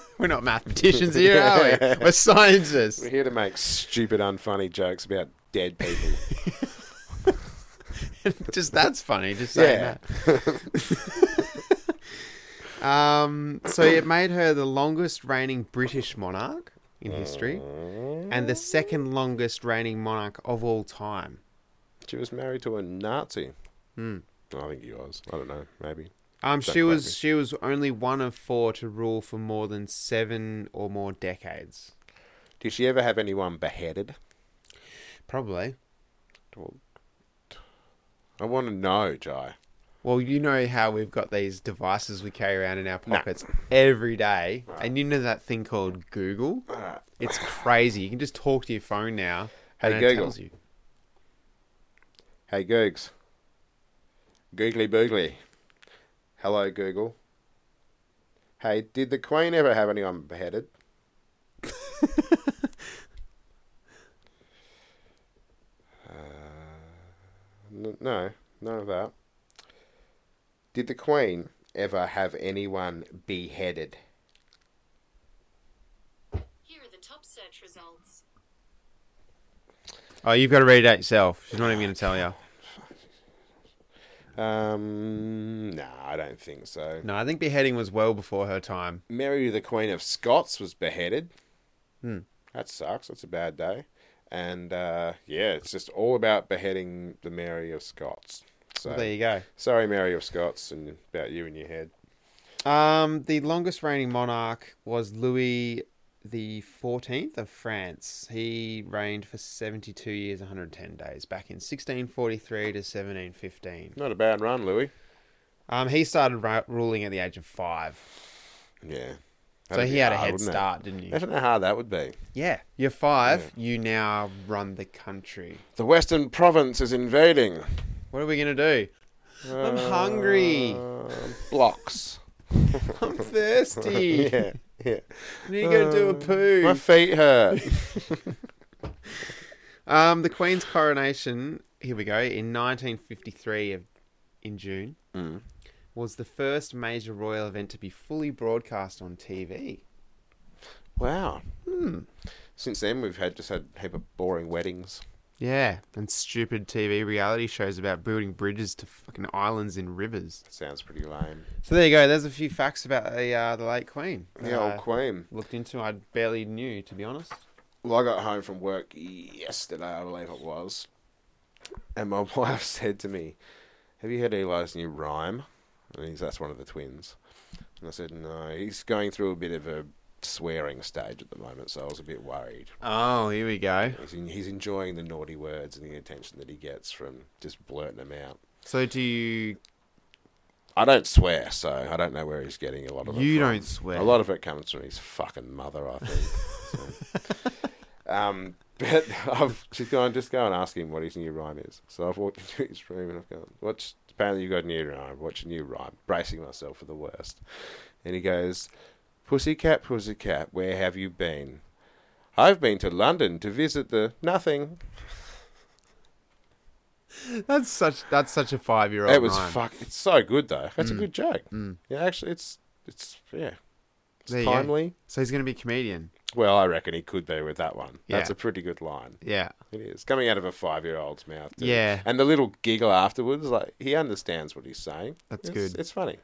A: *laughs* We're not mathematicians here, are we? We're scientists.
B: We're here to make stupid, unfunny jokes about dead people.
A: *laughs* just that's funny, just saying
B: Yeah.
A: that. *laughs* Um, so it made her the longest reigning British monarch in history and the second longest reigning monarch of all time.
B: she was married to a Nazi. I think he was. I don't know. Maybe.
A: Um,
B: Don't
A: she
B: quote
A: was
B: me.
A: she was only one of four to rule for more than seven or more decades,
B: Did she ever have anyone beheaded?
A: probably.
B: I want to know, Jai.
A: Well, you know how we've got these devices we carry around in our pockets every day, and you know that thing called Google. It's crazy. You can just talk to your phone now, and
B: Hey,
A: it
B: Google.
A: tells you.
B: Hey, Googs. Googly boogly. Hello, Google. Hey, did the Queen ever have anyone beheaded? uh, n- no, none of that. Did the Queen ever have anyone beheaded?
C: Here are the top search results.
A: Oh, you've got to read it out yourself. She's not even going to tell you.
B: Um, no, I don't think so.
A: No, I think beheading was well before her time.
B: Mary, the Queen of Scots, was beheaded.
A: Hmm.
B: That sucks. That's a bad day. And uh, yeah, it's just all about beheading the Mary of Scots. So
A: Well, there you go.
B: sorry, Mary of Scots, and about you and your head.
A: Um, the longest reigning monarch was Louis the Fourteenth of France. He reigned for seventy-two years, one hundred ten days, back in sixteen forty-three to seventeen fifteen.
B: Not a bad run, Louis.
A: Um, he started ru- ruling at the age of five,
B: Yeah.
A: so
B: That'd
A: he
B: be
A: had a
B: hard,
A: head
B: wouldn't it?
A: start, didn't you?
B: Imagine how hard that would be.
A: Yeah, you're five. You now run the country.
B: The Western Province is invading.
A: What are we gonna do? I'm hungry.
B: Uh,
A: *laughs*
B: blocks.
A: I'm *laughs* thirsty.
B: yeah, yeah.
A: I need to go do a poo.
B: My feet
A: *laughs*
B: hurt.
A: Um, the Queen's coronation. Here we go. In 1953, of, in June, was the first major royal event to be fully broadcast on TV.
B: Wow.
A: Hmm.
B: Since then, we've had just had a heap of boring weddings.
A: Yeah, and stupid TV reality shows about building bridges to fucking islands and rivers.
B: Sounds pretty lame.
A: So there you go. There's a few facts about the uh, the late Queen.
B: The
A: that I
B: old queen.
A: Looked into. I barely knew, to be honest.
B: Well, I got home from work yesterday, I believe it was, and my *laughs* wife said to me, "Have you heard Eli's new rhyme?" And he's that's one of the twins. And I said, "No, he's going through a bit of a swearing stage at the moment, so I was a bit worried.
A: Oh, here we go.
B: He's, en- he's enjoying the naughty words and the attention that he gets from just blurting them out.
A: So do you?
B: I don't swear, so I don't know where he's getting a lot of it.
A: You
B: from.
A: don't swear.
B: A lot of it comes from his fucking mother, I think.
A: *laughs*
B: so. um, but I've she's gone just go and ask him what his new rhyme is. So I've walked into his room and I've gone, "What's apparently you got a new rhyme? What's your new rhyme?" Bracing myself for the worst, and he goes, "Pussycat, pussycat, where have you been? I've been to London to visit the nothing."
A: That's such. That's such a five-year-old.
B: It was
A: rhyme. Mm.
B: fuck. It's so good though. That's a good joke. Yeah, actually, it's it's yeah, it's
A: There you go.
B: timely.
A: So he's gonna be a comedian.
B: Well, I reckon he could be with that one. That's
A: Yeah.
B: a pretty good line.
A: Yeah.
B: It is coming out of a five-year-old's mouth. too.
A: Yeah.
B: and the little giggle afterwards, like he understands what he's saying.
A: That's
B: It's-
A: good. Mm.
B: It's funny.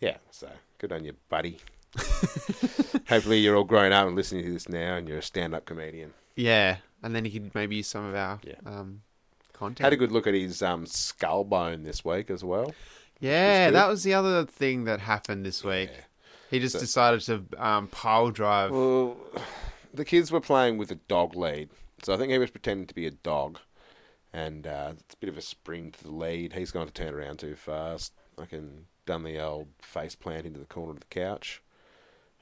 B: Yeah. So good on you, buddy. *laughs* Hopefully, you're all grown up and listening to this now, and you're a stand-up comedian.
A: Yeah. And then he could maybe use some of our
B: Yeah.
A: um, content.
B: Had a good look at his um, skull bone this week as well.
A: yeah,
B: good.
A: that was the other thing that happened this week.
B: Yeah.
A: He just decided to um, pile drive.
B: Well, the kids were playing with a dog lead, so I think he was pretending to be a dog, and uh, it's a bit of a spring to the lead. He's going to turn around too fast. I can done the old face plant into the corner of the couch,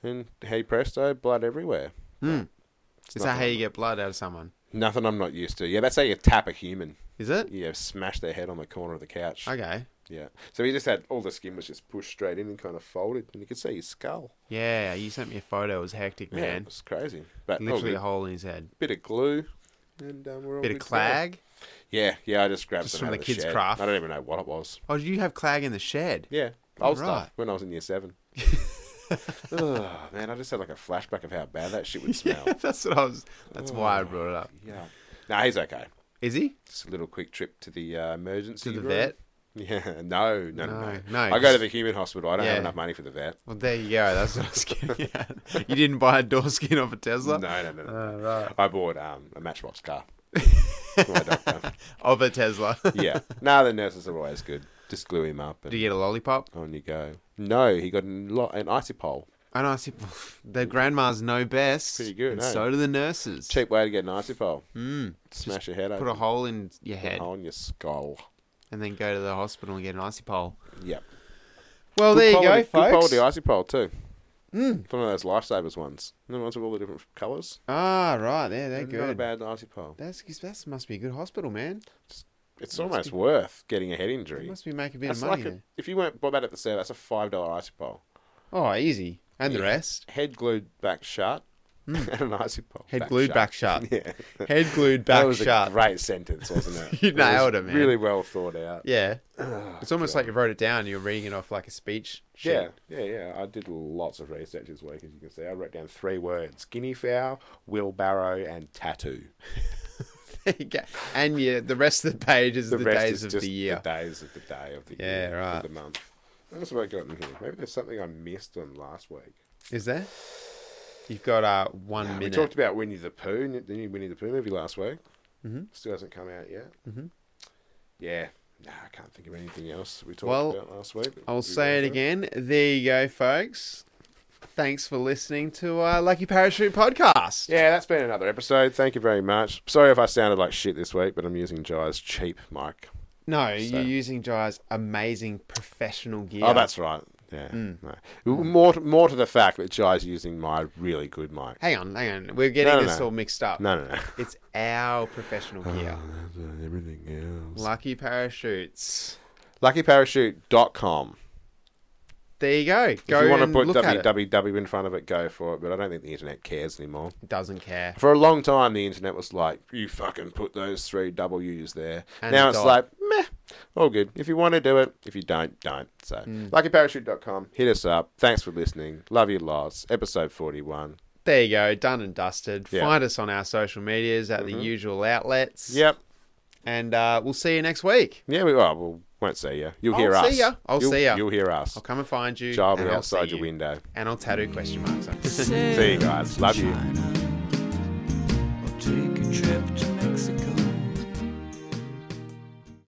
B: and hey presto, blood everywhere.
A: Is that how you get blood out of someone?
B: Nothing I'm not used to. Yeah, that's how you tap a human.
A: Is it?
B: Yeah, smash their head on the corner of the couch.
A: Okay.
B: Yeah. So he just had all the skin was just pushed straight in and kind of folded, and you could see his skull.
A: Yeah, you sent me a photo. It was hectic,
B: Yeah, it
A: man.
B: was crazy. But all
A: Literally
B: good.
A: a hole in his head.
B: bit of glue, and um, we're all
A: Bit of
B: good to go.
A: clag.
B: Yeah, yeah, I just grabbed
A: Just
B: it
A: from
B: out
A: the
B: of
A: kids'
B: shed.
A: craft.
B: I don't even know what it was.
A: Oh, did you have clag in the shed? *laughs*
B: Yeah, old
A: Alright.
B: stuff when I was in
A: *laughs*
B: year seven. oh man, I just had like a flashback of how bad
A: *laughs*
B: that shit would smell.
A: that's what I was. That's
B: Oh.
A: why I brought it up.
B: yeah. No, he's okay.
A: Is he?
B: Just a little quick trip to the uh, emergency
A: To the
B: room.
A: vet?
B: Yeah, *laughs* no,
A: No,
B: no, no, no.
A: no,
B: I go
A: just-
B: to the human hospital. I don't
A: Yeah.
B: have enough money for the vet.
A: Well, there you go. That's what I was
B: *laughs*
A: getting at. You didn't buy a door skin off a
B: No,
A: Tesla?
B: no, no. no.
A: Oh, right.
B: I bought um, a
A: *laughs*
B: Matchbox car. for my doctor.
A: Of a Tesla. *laughs*
B: yeah. No, the nurses are always good. Just glue him up and
A: Did you get a lollipop?
B: on you go. No, he got an, lo- an icy pole.
A: I know. I said, the grandmas know best.
B: Pretty good,
A: and
B: eh?
A: So do the nurses.
B: Cheap way to get an icy pole. Mm. Smash your head
A: Hmm. Put a
B: open.
A: hole in your
B: Put a
A: head
B: hole in your skull.
A: and then go to the hospital and get an icy pole.
B: Yep.
A: Well, there you
B: quality,
A: go, folks. Hmm.
B: Good quality icy pole too. Mm. One of those lifesavers ones. The ones with all the different colours.
A: Ah, right. Yeah, they're
B: Not a
A: good.
B: bad icy pole.
A: That's that must be a good hospital, man.
B: It's almost worth getting a head
A: They
B: injury.
A: must be making a bit
B: That's
A: of money. eh?
B: like a,
A: there.
B: if you weren't bought that at the sale, that's a five dollar icy pole.
A: Oh, easy. And the rest.
B: Head glued back shut *laughs* and an icy pole.
A: Hmm. Head glued back shut.
B: *laughs* Yeah.
A: Head glued back
B: that was
A: shut.
B: a great sentence, wasn't
A: *laughs*
B: it?
A: You
B: It was
A: nailed it, man.
B: Really well thought out.
A: Yeah. it's almost like you wrote it down. You're reading it off like a speech. sheet.
B: Oh, Yeah, yeah, yeah. I did lots of research this week, as you can see. I wrote down three words: guinea fowl, wheelbarrow, and tattoo.
A: *laughs* There you go. and yeah, the rest of the page is the, days of the year.
B: days of the day of the
A: Yeah,
B: year,
A: right.
B: of the month. That's what I got in here. Maybe there's something I missed on last week.
A: Is there? You've got uh, one
B: Uh, we
A: minute.
B: talked about Winnie the Pooh, the new Winnie the Pooh movie last week. Mm-hmm. Still hasn't come out yet. Mm-hmm. Yeah. Nah, I can't think of anything else we talked
A: Well,
B: about last week.
A: I'll say it again. There you go, folks. Thanks for listening to uh, Lucky Parachute Podcast.
B: Yeah, that's been another episode. Thank you very much. Sorry if I sounded like shit this week, but I'm using Jai's cheap mic.
A: No,
B: So-
A: you're using Jai's amazing professional gear.
B: Oh, that's right. Yeah.
A: Hmm.
B: No. More, to, more to the fact that Jai's using my really good mic.
A: Hang on, hang on. We're getting
B: No, no,
A: this
B: no.
A: all mixed up.
B: No, Oh, no, *laughs* no.
A: It's our professional gear.
B: Everything else.
A: Lucky Parachutes.
B: LuckyParachute.com.
A: There you go. Go
B: If you want to
A: and
B: put
A: look at it.
B: www in front of it, go for it, but I don't think the internet cares anymore.
A: Doesn't care.
B: For a long time, the internet was like, you fucking put those three W's there.
A: And
B: now
A: a
B: it's
A: dot.
B: like, meh, all good. If you want to do it, if you don't, don't.
A: Hmm.
B: So, luckyparachute.com, hit us up. Thanks for listening. Love you lots. Episode 41.
A: There you go. Done and dusted.
B: Yeah. Mm-hmm.
A: Find us on our social medias at the usual outlets.
B: Yep.
A: And uh, we'll see you next week.
B: Yeah, we, oh, well, we won't see you. You'll
A: I'll
B: hear us.
A: see ya. I'll
B: you'll,
A: see ya.
B: You'll hear us.
A: I'll come and find you.
B: Jarvis
A: and I'll see
B: outside your
A: you.
B: window.
A: And I'll tattoo question marks. on you.
B: See you guys. Love you.